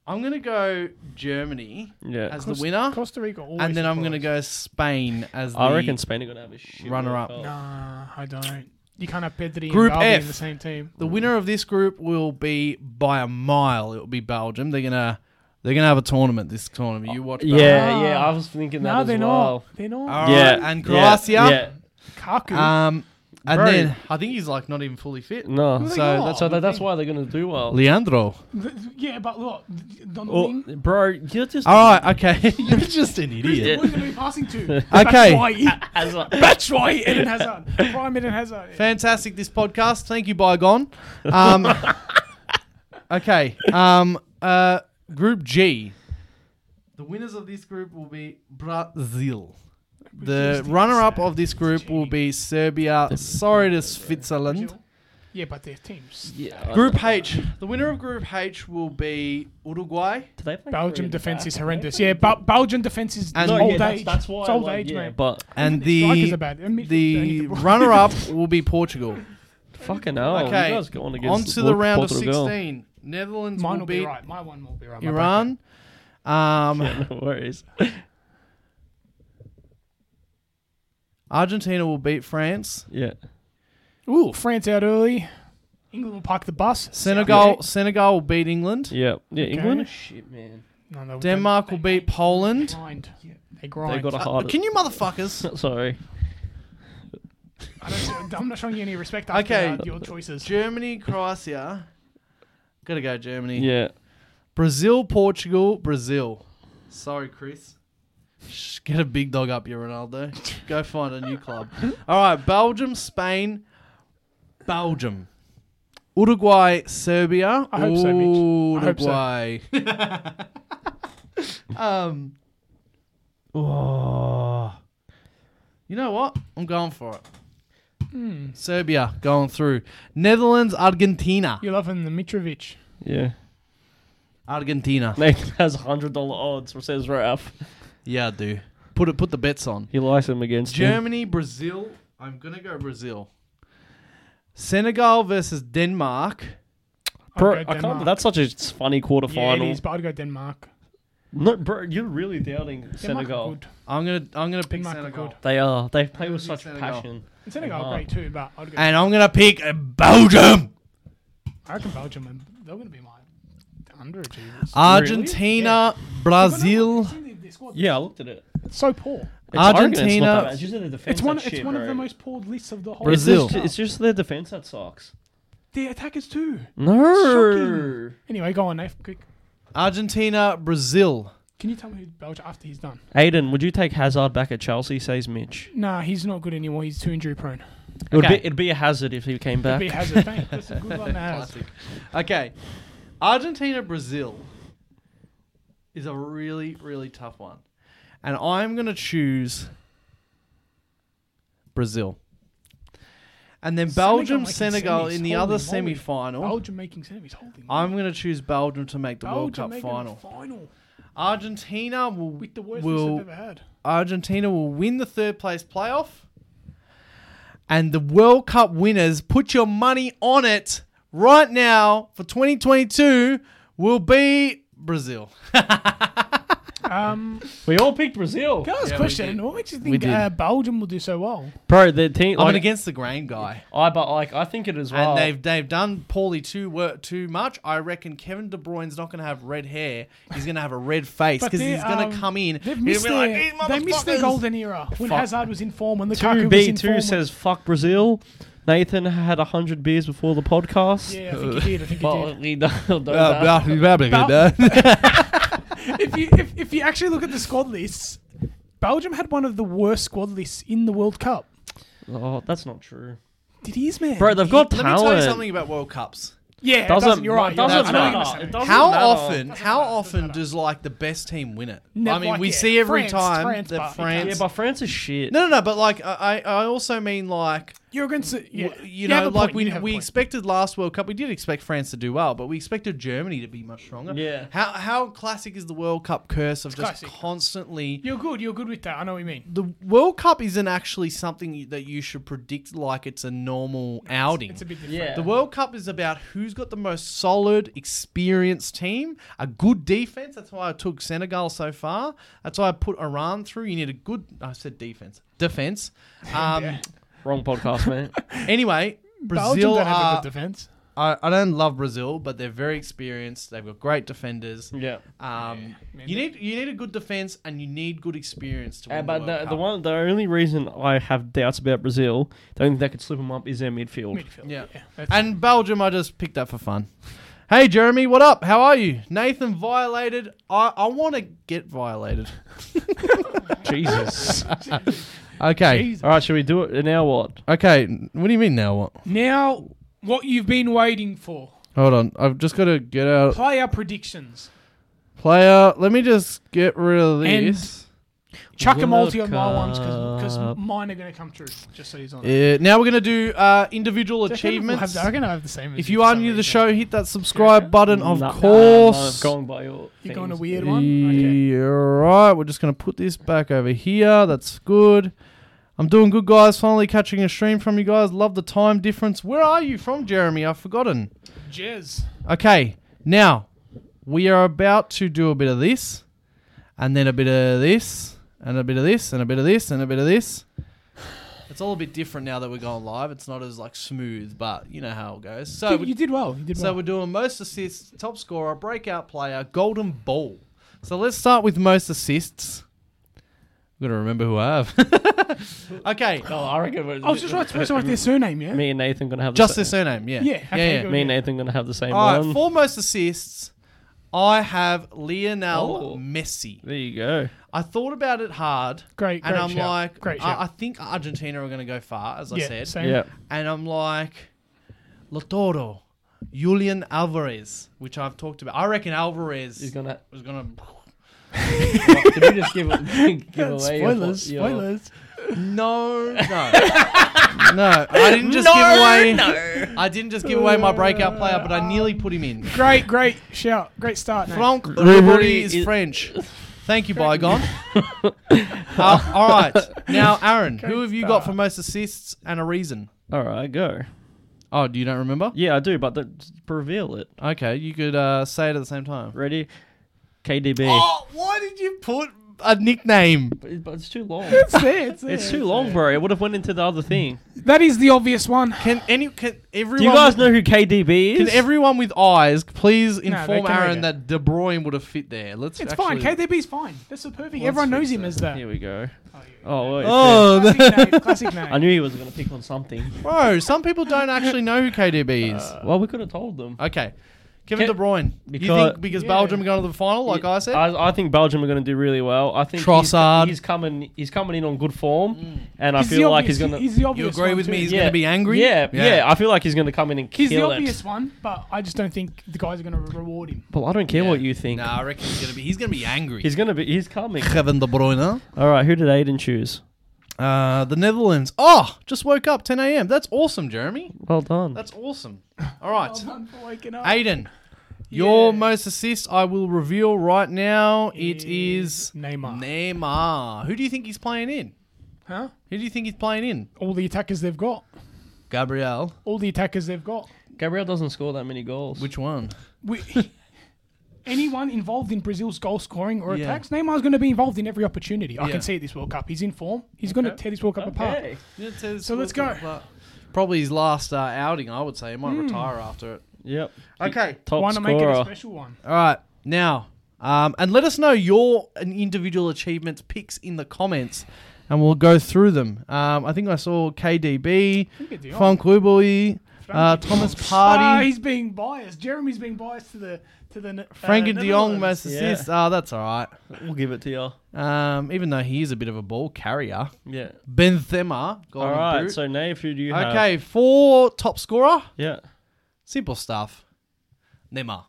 S1: I'm going to go Germany
S3: Yeah.
S1: as
S2: Costa-
S1: the winner.
S2: Costa Rica always.
S1: and then I'm going to
S2: surprise.
S1: go Spain as the
S3: I reckon Spain are gonna have a shit
S1: Runner
S3: World
S1: up.
S3: Cup.
S2: Nah, I don't. You can't have Pedri
S1: Group
S2: and Gavi
S1: F.
S2: in the same team.
S1: the winner of this group will be by a mile. It will be Belgium. They're gonna they're gonna have a tournament this tournament. You watch. Belgium.
S3: Yeah, yeah. I was thinking that
S2: No,
S3: as
S2: they're
S3: well.
S2: not. They're not.
S1: All right,
S3: Yeah,
S1: and
S3: yeah,
S1: Croatia.
S3: Yeah.
S2: Kaku.
S1: Um, and
S3: Bro.
S1: then I think he's like not even fully fit.
S3: No.
S2: they
S3: So,
S2: got?
S3: that's, so that, that's why they're gonna do well.
S2: [LAUGHS]
S1: Leandro.
S2: Th- yeah, but look, th- on the
S3: Oh,
S2: wing,
S3: bro, you're just
S1: All right. Okay. [LAUGHS] You're just an idiot.
S2: who are you going to be passing
S1: [LAUGHS]
S2: to?
S1: Okay. [LAUGHS]
S3: as a-
S2: [LAUGHS] That's right. Eden Hazard. Prime Eden Hazard.
S1: Fantastic this podcast. Thank you, Bygone.
S2: [LAUGHS]
S1: Um, okay. Um, uh, group G. The winners of this group will be Brazil. The runner up of this group will be Serbia. Sorry to Switzerland.
S2: Yeah, but their teams.
S3: Yeah.
S1: Group H. The winner of Group H will be Uruguay.
S3: Do they play
S2: Belgium
S3: Korea in the
S2: defense
S3: back?
S2: is horrendous. Yeah, Bel Belgium defense is
S1: And-
S3: No,
S2: old
S3: yeah, that's,
S2: age.
S3: that's why.
S2: it's old
S3: like,
S2: age,
S3: yeah,
S2: mate.
S3: But
S1: And
S2: strikers are
S1: the
S2: bad. And midfielders don't hit
S1: the
S2: the [LAUGHS] ball.
S1: runner up will be Portugal.
S3: fucking hell,
S1: Okay,
S3: you guys going against
S1: On to the round of
S3: Portugal.
S1: 16. Netherlands
S2: Mine
S1: will
S2: will be
S1: beat
S2: right. My one will be right. My bracket.
S1: Iran. Um,
S3: Yeah, [LAUGHS] no worries.
S1: Argentina will beat France.
S3: Yeah.
S2: Ooh, France out early. England will park the bus.
S1: Senegal Senegal will beat England.
S3: Yeah. Yeah. England.
S2: Okay.
S3: Oh, Shit, man.
S2: No, no,
S1: Denmark will beat
S2: They
S1: Poland.
S2: grind. They
S3: They
S2: grind.
S3: got a
S1: Uh,
S3: hard.
S1: can you motherfuckers?
S3: [LAUGHS]
S2: [LAUGHS]
S3: Sorry.
S2: I don't, I'm not showing you any respect after
S1: Okay.
S2: uh, your choices.
S1: Germany, Croatia. Gotta go Germany.
S3: Yeah.
S1: Brazil, Portugal, Brazil. Sorry, Chris. Shh, Get a big dog up, you
S2: [LAUGHS]
S1: Ronaldo. Go find a new club. All right, Belgium, Spain, Belgium, Uruguay, Serbia.
S2: I hope so, Mitch. I hope so.
S1: Uruguay. um,
S3: Oh.
S2: Ah.
S1: you know what? I'm going for it. Hmm. Serbia going through. Netherlands, Argentina.
S2: You're loving the Mitrovic.
S3: Yeah.
S1: Argentina.
S3: Nathan has hundred dollar odds. What says Ralph?
S1: Yeah, I do. Put it. Put the bets on.
S3: He likes him against him.
S1: Germany, Brazil. I'm gonna go Brazil. Senegal versus Denmark.
S2: I'd
S3: Bro,
S2: go
S3: I can't.
S2: Denmark.
S3: That's such a s- funny
S2: yeah, it
S3: quarterfinal.
S2: is, but I'd go Denmark.
S3: no, bro, you're really doubting
S2: Denmark are
S3: Senegal.
S2: good.
S1: I'm gonna I'm gonna pick
S2: Denmark are
S1: Senegal.
S2: good.
S3: They are. They play
S1: gonna
S3: with
S1: pick
S3: such
S1: Senegal.
S3: passion.
S2: And Senegal
S3: Denmark.
S2: are great too, but I'd go.
S1: And I'm gonna pick uh, Belgium.
S2: I reckon Belgium, and they're going to be my underachievers.
S1: Argentina, Brazil.
S3: Yeah, I looked at it.
S2: It's so poor.
S3: It's Oregon, it's not
S1: Argentina-
S3: that bad. It's just their defense.
S2: It's one.
S3: that's
S2: It's
S3: shit,
S2: one
S3: bro.
S2: of the most poor lists of the whole.
S3: It's
S1: Brazil.
S3: just- It's just their defense that sucks.
S2: the attackers too.
S3: No.
S2: Anyway, go on, Nath. Quick.
S1: Argentina, Brazil.
S2: Can you tell me who Belgium after he's done?
S3: Aiden, would you take Hazard back at Chelsea? Says Mitch.
S2: Nah, he's not good anymore. He's too injury prone.
S3: It would
S1: Okay.
S3: be, it'd be a hazard if he came
S2: Could
S3: back.
S2: be Hazard. Thank. That's a
S1: [LAUGHS]
S2: good one. Hazard.
S1: Classic. Okay, Argentina, Brazil is a really really tough one, and I'm gonna choose Brazil. And then
S2: Senegal
S1: Belgium,
S2: making
S1: Senegal
S2: semis.
S1: in the
S2: Holy
S1: other
S2: moly.
S1: semi final.
S2: Belgium making semis. Holding.
S1: I'm going to choose Belgium to make the World
S2: Belgium
S1: Cup
S2: making
S1: final.
S2: final
S1: Argentina will
S2: with the worst
S1: will
S2: list I've ever had.
S1: Argentina will win the third place playoff, and the World Cup winners. Put your money on it right now for 2022 will be Brazil.
S2: Um,
S3: we all picked Brazil.
S2: can I
S1: Yeah,
S2: ask a
S1: we did.
S2: question? What makes you think
S1: did.
S2: uh, Belgium will do so well?
S3: Bro, their team.
S1: I'm an
S3: Like,
S1: against the grain guy,
S3: I but like I think it as well.
S1: and they've they've done poorly too work too much. I reckon Kevin De Bruyne's not going to have red hair. He's going to have a [LAUGHS] red face
S2: But
S1: because
S2: they,
S1: he's going to
S2: um,
S1: come in.
S2: They've
S1: He'll
S2: missed
S1: be
S2: their,
S1: like, "These
S2: they missed their
S1: motherfuckers."
S2: golden era when
S1: Fuck.
S2: Hazard was in form, when
S3: Two
S2: Lukaku was
S3: B
S2: in form.
S3: two says fuck Brazil. Nathan had hundred beers before the podcast.
S2: Yeah, I think he did.
S1: [LAUGHS]
S2: I think he
S3: But
S2: did.
S3: we [LAUGHS] don't, don't know.
S1: Uh, blah, blah, blah, blah, blah. [LAUGHS]
S2: if you if, if you actually look at the squad lists, Belgium had one of the worst squad lists in the World Cup.
S3: Oh, that's not true.
S2: It is, man.
S3: Bro, they've got
S1: Let me
S3: talent.
S1: tell you something about World Cups.
S2: yeah, it
S3: Doesn't-
S2: doesn't, you're right. you're
S3: doesn't
S2: right. I know
S1: matter.
S2: what you're
S3: It
S2: saying.
S3: doesn't
S1: how
S3: matter.
S1: often? How
S2: matter, doesn't
S1: often
S2: matter.
S1: does like the best team win it?
S2: Never
S1: I mean,
S2: like
S1: we
S2: it.
S1: see every
S2: France,
S1: time
S2: France,
S1: that
S2: but-
S1: France.
S3: Yeah, but France is shit.
S1: no, no, no. But like, I, I I also mean like,
S2: You're against it. Yeah.
S1: w- you
S2: have
S1: know,
S2: a
S1: like
S2: point,
S1: we
S2: you have a
S1: we
S2: point.
S1: expected last World Cup. We did expect France to do well, but we expected Germany to be much stronger.
S3: Yeah.
S1: How how classic is the World Cup curse of just
S2: classic.
S1: constantly?
S2: You're good. You're good with that. I know what you mean.
S1: The World Cup isn't actually something that you should predict like it's a normal outing.
S2: It's a bit different.
S3: Yeah.
S1: The World Cup is about who's got the most solid, experienced team, a good defense. That's why I took Senegal so far. That's why I put Iran through. You need a good. I said defense. Defense. Um,
S2: [LAUGHS] Yeah.
S3: Wrong podcast, man.
S1: Anyway,
S2: Belgium
S1: Brazil.
S2: don't have a
S1: Are,
S2: good defense.
S1: I, I don't love Brazil, but they're very experienced. They've got great defenders.
S3: yeah.
S1: Um,
S2: man,
S1: you need you need a good defense and you need good experience to win.
S3: Uh,
S1: the
S3: but
S1: World
S3: the, the
S1: Cup.
S3: one, the only reason I have doubts about Brazil, the only thing that could slip them up is their midfield.
S2: Midfield.
S1: Yeah.
S2: that's-
S1: And Belgium, I just picked up for fun. Hey, Jeremy, what up? How are you? Nathan violated. I, I want to get violated.
S3: [LAUGHS]
S1: [LAUGHS]
S3: Jesus.
S1: Okay.
S2: Jesus.
S3: All right, should we do it now? What?
S1: Okay. What do you mean now? What?
S2: Now, what you've been waiting for?
S1: Hold on. I've just got to get out
S2: Player predictions.
S1: player. Let me just get rid of
S2: And-
S1: this.
S2: Chuck a
S3: World
S2: multi on my ones because
S3: Cup.
S2: mine are going to come true. Just so he's on. it.
S1: Uh, now we're going to do uh, individual
S2: Do you reckon we'll
S1: achievements.
S2: Have, I reckon I have the same. as
S1: If you
S2: for
S1: are
S2: some
S1: new to the
S2: reason.
S1: show, hit that subscribe button, of
S3: Nah, nah,
S1: course.
S3: nah, I'm going by your
S2: you're going a
S3: things.
S2: weird one. Okay.
S1: Yeah, Alright, we're just going to put this back over here. That's good. I'm doing good, guys. Finally catching a stream from you guys. Love the time difference. Where are you from, Jeremy? I've forgotten.
S2: Jez.
S1: Okay, now we are about to do a bit of this, and then a bit of this, and a bit of this, and a bit of this, and a bit of this. It's all a bit different now that we're going live. It's not as like smooth, but you know how it goes. So
S2: you, you did well. You did
S1: so
S2: well.
S1: we're doing most assists, top scorer, breakout player, golden ball. So let's start with most assists. I'm gonna remember who I have. [LAUGHS]
S2: [LAUGHS]
S1: okay,
S3: Oh, I reckon. we're-
S2: I was just right supposed to write their surname. Yeah.
S3: [LAUGHS] Me and Nathan gonna have
S1: just
S3: the
S1: their
S3: same.
S1: surname. Yeah,
S2: Yeah, okay, good.
S3: Me and Nathan gonna have the same
S1: All right,
S3: one.
S1: for most assists, I have Lionel
S3: Oh.
S1: Messi.
S3: There you go.
S1: I thought about it hard,
S2: Great.
S1: and
S2: great
S1: I'm
S2: shout.
S1: like,
S2: great. shout.
S1: I, I think Argentina are going to go far, as I
S2: yeah,
S1: said,
S2: Same.
S3: Yeah.
S1: and I'm like, Latoro, Julian Alvarez, which I've talked about. I reckon Alvarez
S3: He's gonna.
S1: was going to.
S3: Did we just give, [LAUGHS] give away? your-
S2: Spoilers.
S3: your-
S2: Spoilers.
S1: No, no, [LAUGHS] no! I didn't just give away. I didn't just give away my breakout player, but I nearly put him in.
S2: Great. Great shout. Great start. Nate.
S1: Franck
S3: Ribery
S1: Ribery is
S3: is-
S1: French. Thank you,
S3: [LAUGHS]
S1: Bygone. uh, all right. Now, Aaron, who have you got for most assists and a reason?
S3: All right, go.
S1: Oh, do you don't remember?
S3: Yeah, I do, but the, reveal it.
S1: Okay, you could uh, say it at the same time.
S3: Ready? KDB.
S1: Oh, why did you put a nickname?
S3: But, it- but it's too long.
S2: It's
S1: [LAUGHS]
S2: there. It's, there,
S3: it's too
S2: there.
S3: long, bro. It would have went into the other thing.
S2: That is the obvious one.
S1: Can any can everyone?
S3: Do you guys know who KDB
S1: Can
S3: is?
S1: everyone with eyes please inform
S2: can read
S1: Aaron
S2: it.
S1: that De Bruyne would have fit there? Let's.
S2: It's
S1: actually,
S2: fine. KDB's fine. That's the perfect.
S3: Let's
S2: Everyone knows
S3: fix
S2: him
S3: it.
S2: as that.
S3: Here we go.
S2: Oh, yeah.
S3: Oh, wait,
S1: Oh,
S2: Classic name.
S3: [LAUGHS]
S2: Classic
S3: I
S2: name.
S3: knew he was gonna pick on something.
S1: Bro, some people don't actually know who KDB is.
S3: [LAUGHS] Well, we could have told them.
S1: okay, Kevin
S3: Ke-
S1: De Bruyne. you
S3: because-
S1: think because
S2: Yeah.
S1: Belgium are going to the final, like I said?
S3: I, I think Belgium are going to do really well. I think he's-
S1: Trossard.
S3: He's, coming. He's coming in on good form, and I
S2: He's the
S3: feel like
S2: obvious-
S3: he's going to.
S2: He's the obvious. one too.
S1: He's
S3: Yeah.
S1: going to be angry.
S3: Yeah, yeah, I feel like he's going to come in and
S2: He's the
S3: kill
S2: obvious
S3: it.
S2: one, but I just don't think the guys are going to reward him.
S3: Well, I don't care what you think.
S1: Nah, I reckon he's going to be. He's going to be angry.
S3: He's going to be. He's coming.
S1: Kevin De Bruyne.
S3: All right, who did Aiden choose?
S1: Uh, the Netherlands. Oh, just woke up 10 a.m. That's awesome, Jeremy.
S3: Well done.
S1: That's awesome. All right,
S2: [LAUGHS] I,
S1: Aiden. Your
S2: Oh, Yeah.
S1: most assists I will reveal right now. It is
S2: Neymar.
S1: Neymar. Who do you think he's playing in?
S2: huh?
S1: Who do you think he's playing in?
S2: All the attackers they've got.
S1: Gabriel.
S2: All the attackers they've got.
S3: Gabriel doesn't score that many goals.
S1: Which one?
S2: We, [LAUGHS] anyone involved in Brazil's goal scoring or
S1: Yeah.
S2: attacks, Neymar's going to be involved in every opportunity. I
S1: Yeah.
S2: can see it this World Cup. He's in form. He's going to tear this World Cup apart.
S3: okay.
S1: So
S2: let's go.
S1: Probably his last uh, outing, I would say. He might retire after it.
S3: Yep.
S1: Okay.
S3: Top
S2: Want to make it a
S3: scorer.
S2: special one?
S1: All right, now, um, and let us know your an individual achievements picks in the comments, and we'll go through them. Um, I think I saw KDB,
S2: Look at the
S1: Frank Ribery, uh,
S2: Frankie
S1: Thomas
S2: Ah,
S1: Party,
S2: he's being biased. Jeremy's being biased to the to the.
S1: Frankie
S2: uh,
S1: De Jong,
S2: Netherlands.
S1: most
S3: Yeah.
S1: assists. Ah, that's all
S3: We'll give it to you.
S1: right. Um, even though he is a bit of a ball carrier,
S3: Yeah.
S1: Benzema.
S3: All
S1: Golden
S3: right.
S1: boot.
S3: So Nave, who do you have?
S1: okay, for top scorer,
S3: Yeah.
S1: simple stuff. Neymar.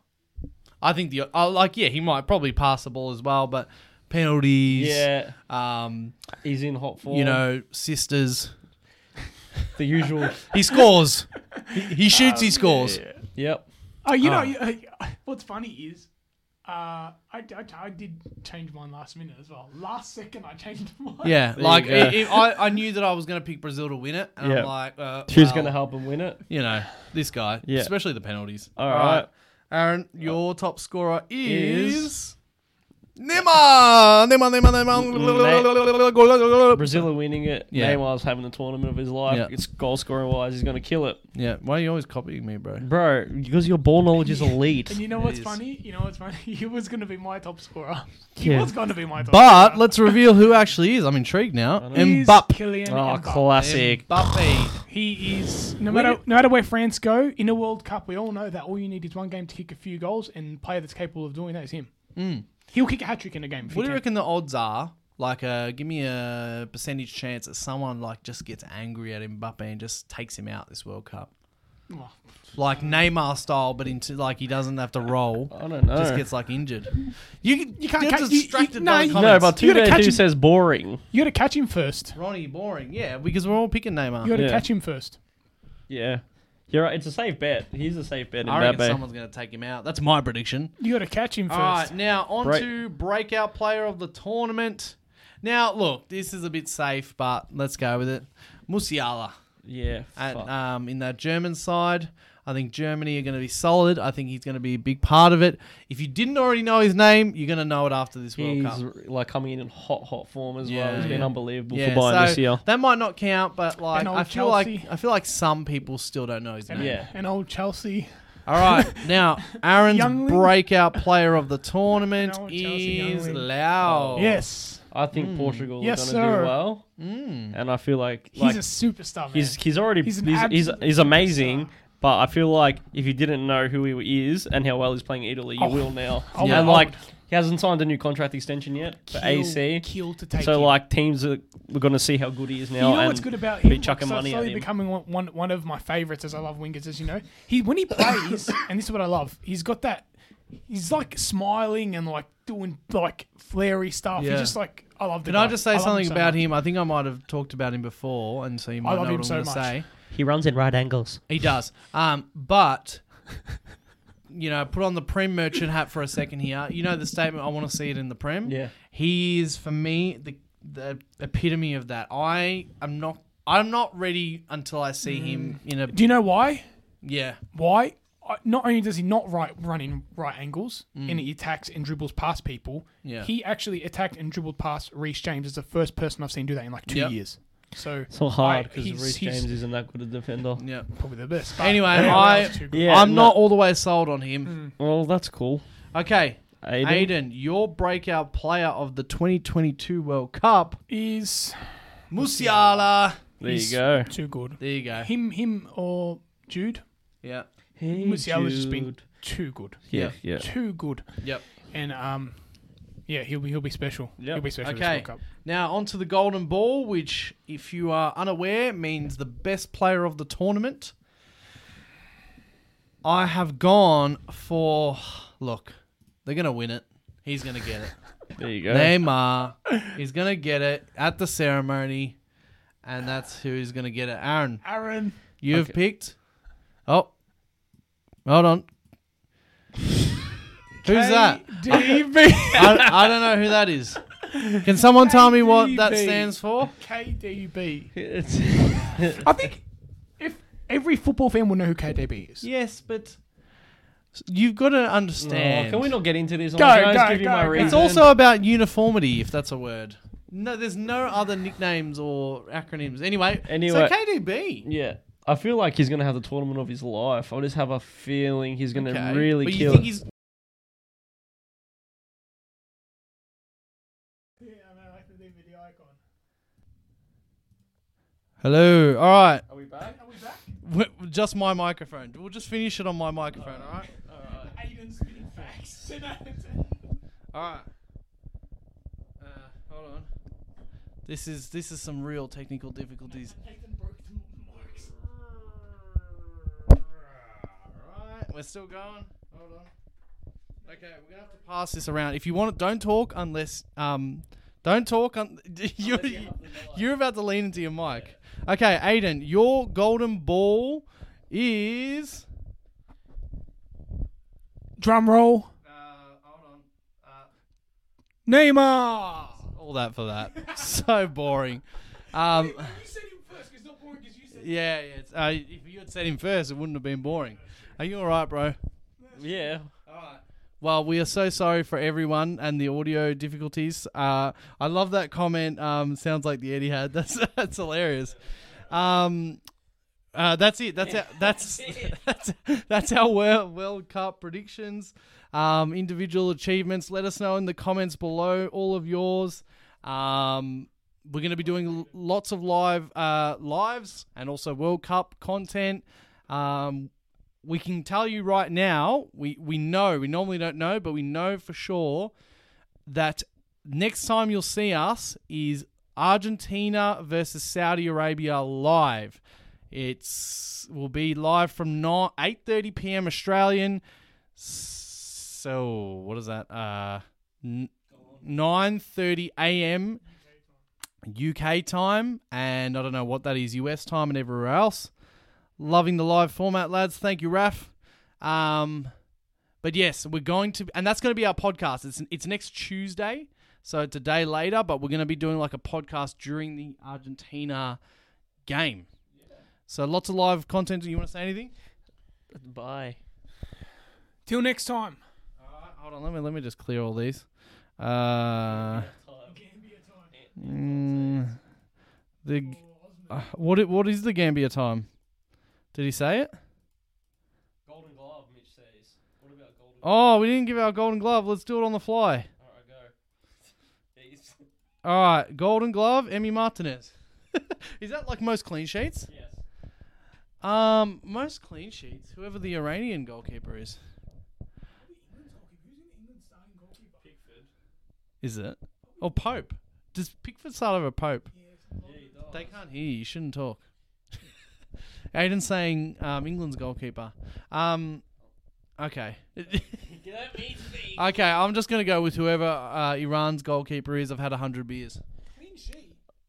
S1: I think the uh, like yeah he might probably pass the ball as well, but penalties.
S3: Yeah.
S1: Um,
S3: He's in hot form.
S1: you know, sisters.
S3: [LAUGHS] the
S1: [LAUGHS]
S3: usual. Um,
S1: He scores. he, he shoots, he scores.
S3: yep.
S2: Oh, you know,
S1: Ah.
S2: you- [LAUGHS] uh, what's funny is, uh, I, I, I did change mine last minute as well. Last second, I changed [LAUGHS] mine.
S1: Yeah,
S3: you
S1: like
S3: go.
S1: it, it- I, I knew that I was going to pick Brazil to win it, and
S3: Yeah.
S1: I'm like, uh,
S3: Who's
S1: well,
S3: going to help him win it?
S1: You know, this guy,
S3: Yeah.
S1: especially the penalties.
S3: All right.
S1: Aaron, your top scorer is,
S3: Is-
S1: Neymar. Neymar, Neymar, Neymar.
S3: Brazil are winning it.
S1: Yeah.
S3: Neymar's having the tournament of his life.
S1: Yeah.
S3: It's goal scoring wise. He's going to kill it,
S1: Yeah, why are you always copying me, bro?
S3: bro. Because your ball knowledge [LAUGHS] is
S2: And
S3: elite.
S2: you know what's
S1: is.
S2: funny? You know what's funny? [LAUGHS] He was going to be my top scorer. He
S3: Yeah.
S2: was going to be my top
S1: But
S2: scorer.
S1: let's reveal who actually is. I'm intrigued now.
S2: He's
S1: Mbappe.
S2: Kylian
S3: Oh,
S2: Mbappe.
S1: [SIGHS]
S3: classic.
S1: Mbappe.
S2: He is no matter no matter where France go in a World Cup, we all know that all you need is one game to kick a few goals, and the player that's capable of doing that is him. He'll kick a hat trick in a game. If
S1: Hmm. What
S2: he
S1: do you reckon
S2: can.
S1: the odds are? Like, uh, give me a percentage chance that someone like just gets angry at Mbappe and just takes him out this World Cup.
S2: Oh.
S1: like Neymar style, but into like he doesn't have to roll.
S3: I don't know.
S1: Just gets like injured. You you
S2: can't
S1: can't Uh, get
S2: catch- you- you-
S1: distracted
S2: no,
S1: by
S2: you-
S1: the
S2: No,
S3: no,
S1: comments.
S3: but
S2: You
S3: two
S2: gotta
S3: day
S2: catch
S3: two
S2: him.
S3: says boring.
S2: You got to catch him first.
S1: Ronnie boring, yeah, because we're all picking Neymar.
S2: You got to
S3: Yeah.
S2: catch him first.
S3: Yeah, you're right. It's a safe bet. He's a safe bet in
S1: I
S3: that
S1: reckon
S3: bet.
S1: someone's going to take him out. That's my prediction.
S2: You got to catch him first.
S1: All right, now on
S3: Break-
S1: to breakout player of the tournament. Now, look, this is a bit safe, but let's go with it. Musiala
S3: Yeah,
S1: at,
S3: fuck.
S1: um, in that German side. I think Germany are going to be solid. I think he's going to be a big part of it. If you didn't already know his name, you're going to know it after this World
S3: he's
S1: Cup.
S3: like coming in in hot, hot form as
S1: Yeah,
S3: well. He's been
S1: yeah.
S3: unbelievable
S1: Yeah,
S3: for Bayern
S1: so
S3: this year.
S1: that might not count, but like
S2: And old
S1: I feel
S2: Chelsea.
S1: like I feel like some people still don't know his name.
S2: And,
S3: Yeah.
S2: and old Chelsea.
S1: All
S2: [LAUGHS]
S1: right, now Aaron's
S2: Youngling.
S1: breakout player
S2: [LAUGHS]
S1: of the tournament
S2: No, Chelsea
S1: is
S2: Youngling.
S1: Lau.
S2: Oh. Yes.
S3: I think Portugal
S2: Yes,
S3: is going to
S2: sir.
S3: do well,
S1: Mm.
S3: and I feel like
S2: He's
S3: like
S2: a superstar, man.
S3: he's he's already
S2: He's
S3: he's
S2: an
S3: he's, he's,
S2: absolute
S3: amazing.
S2: superstar.
S3: But I feel like if you didn't know who he is and how well he's playing Italy, you
S2: Oh.
S3: will now.
S2: [LAUGHS] Oh,
S1: yeah.
S3: and like he hasn't signed a new contract extension yet for
S2: Kill-
S3: AC.
S2: kill to take
S3: so
S2: him.
S3: like teams are we're going to see how good he is now.
S2: you know
S3: and
S2: what's good about
S3: be
S2: him?
S3: chucking
S2: so
S3: money at
S2: slowly
S3: him.
S2: becoming one, one, one of my favorites as I love wingers, as you know. He when
S1: [COUGHS]
S2: he plays, and this is what I love. He's got that. He's like smiling and like doing like flary stuff.
S1: Yeah.
S2: He's just like I love the.
S1: Can
S2: guy.
S1: I just say
S2: love
S1: something
S2: so
S1: about
S2: much.
S1: him? I think I might have talked about him before, and so you might
S2: love
S1: know what
S2: him
S1: I'm
S2: so
S1: going to
S2: much.
S1: say.
S4: He runs in right angles.
S1: He does. Um, but you know, put on the prem merchant hat for a second here. You know the statement. I want to see it in the prem.
S3: Yeah.
S1: he is for me the the epitome of that. I am not. I'm not ready until I see him in a.
S2: Mm. Do you know why?
S1: Yeah,
S2: Why? I- Not only does he not right run in right angles, and he attacks and dribbles past people.
S1: Mm. Yeah.
S2: He actually attacked and dribbled past Reece James as the first person I've seen do that in like two
S1: Yep.
S2: years. So
S3: It's not hard
S2: I-
S3: because
S2: he's-
S3: Reece
S2: he's
S3: James isn't that good a defender.
S1: yeah.
S2: probably the best. but
S1: Anyway,
S2: everyone
S1: I
S2: else is too good.
S3: Yeah,
S1: I'm
S3: no.
S1: not all the way sold on him.
S3: Well, that's cool.
S2: Mm.
S1: Okay,
S3: Aiden.
S1: Aiden, your breakout player of the 2022 World Cup,
S2: is
S1: Musiala.
S3: there
S2: he's-
S3: you go.
S2: too good.
S1: There you
S2: [LAUGHS]
S1: go.
S2: Him, him, or Jude.
S1: Yeah.
S3: Hey,
S2: Musiala's just been
S3: Jude.
S2: too good,
S3: yeah, yeah.
S2: too good,
S1: Yep.
S2: and um, yeah, he'll be he'll be special.
S3: Yep.
S2: He'll be special.
S1: Okay.
S2: This World Cup.
S1: Now on to the golden ball, which, if you are unaware, means the best player of the tournament. I have gone for look, they're gonna win it. He's gonna get it.
S3: There you go.
S1: Neymar, he's gonna get it at the ceremony, and that's who's gonna get it. Aaron,
S2: Aaron,
S1: you have
S3: Okay.
S1: picked. Oh, hold [LAUGHS] on. Who's that?
S2: [LAUGHS] KDB,
S1: I, I don't know who that is. Can someone tell me what that
S2: KDB.
S1: stands for?
S2: KDB.
S3: It's [LAUGHS]
S2: I think if every football fan will know who KDB is.
S1: Yes, but you've got to
S3: No,
S1: understand.
S3: Oh, can we not get into this?
S2: Go,
S3: I'll just
S2: go,
S3: give you
S2: go,
S3: my
S2: go.
S3: reason.
S1: It's also about uniformity, if that's a word. No, there's no other nicknames or acronyms. Anyway, so
S3: Anyway.
S1: KDB.
S3: yeah. I feel like he's gonna have the tournament of his life. I just have a feeling he's gonna
S1: Okay.
S3: really
S1: but
S3: kill.
S1: you
S3: it.
S1: think he's hello? All right,
S3: Are we back?
S1: W- just my microphone. We'll just finish it on my microphone. All right,
S2: Aiden's spinning facts.
S1: all right. Uh, hold on. This is this is some real technical [LAUGHS] difficulties. Alright, we're still going. Hold on. Okay, we're gonna have to pass this around. If you want it, don't talk unless um, don't talk. Un- [LAUGHS] you're you're about to lean into your mic. Okay, Aiden, your golden ball is.
S2: Drum roll,
S1: Uh, hold on. Uh,
S2: Neymar.
S1: all that for that. [LAUGHS] so boring. Um,
S2: said him first because not boring because you said.
S1: yeah, yeah. It's, uh, if you had said him first, it wouldn't have been boring. Are you all right, bro?
S3: Yeah.
S1: Well, we are so sorry for everyone and the audio difficulties. Uh, I love that comment. Um, sounds like the Eddie had. [LAUGHS] That's that's hilarious. Um, uh, that's it. That's our, that's [LAUGHS] that's that's our World, World Cup predictions. Um, individual achievements. Let us know in the comments below all of yours. Um, we're going to be doing l- lots of live uh, lives and also World Cup content. Um, we can tell you right now, we, we know, we normally don't know, but we know for sure that next time you'll see us is Argentina versus Saudi Arabia live. It's will be live from nine eight thirty p.m. Australian. So what is that? Uh, nine thirty a.m. UK time, and I don't know what that is US time and everywhere else. Loving the live format, lads. Thank you, Raf. Um, but yes, we're going to, and that's going to be our podcast. It's it's next Tuesday, so it's a day later. But we're going to be doing like a podcast during the Argentina game. So lots of live content. You want to say anything?
S4: Bye.
S2: Till next time.
S1: Uh, Hold on, let me let me just clear all these. Uh, mm, the uh, what i- what is the Gambia time? Did he say it?
S3: Golden Glove, Mitch says. What about Golden
S1: Oh, we didn't give our Golden Glove. Let's do it on the fly.
S3: Alright, go. [LAUGHS] Peace.
S1: All right, Golden Glove, Emmy Martinez. [LAUGHS] is that like most clean sheets?
S3: Yes.
S1: Um, most clean sheets. Whoever the Iranian goalkeeper is,
S3: Pickford.
S1: is it? Or Pope? Does Pickford start over Pope?
S3: Yeah, he does.
S1: They can't hear you. You shouldn't talk. [LAUGHS] Aiden's saying um, England's goalkeeper. Um, okay. [LAUGHS] okay, I'm just going to go with whoever uh, Iran's goalkeeper is. I've had 100 beers.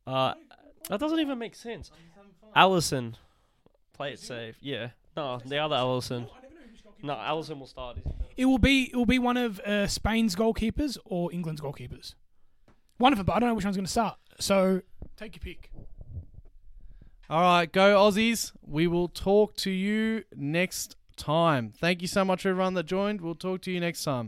S3: Uh, that doesn't even make sense. Allison, play it safe. Yeah. No, the other Allison. Oh, No, Allison will start.
S2: It will be it will be one of uh, Spain's goalkeepers or England's goalkeepers. One of them, but I don't know which one's going to start. So take your pick.
S1: All right, go Aussies. We will talk to you next time. Thank you so much, everyone that joined. We'll talk to you next time.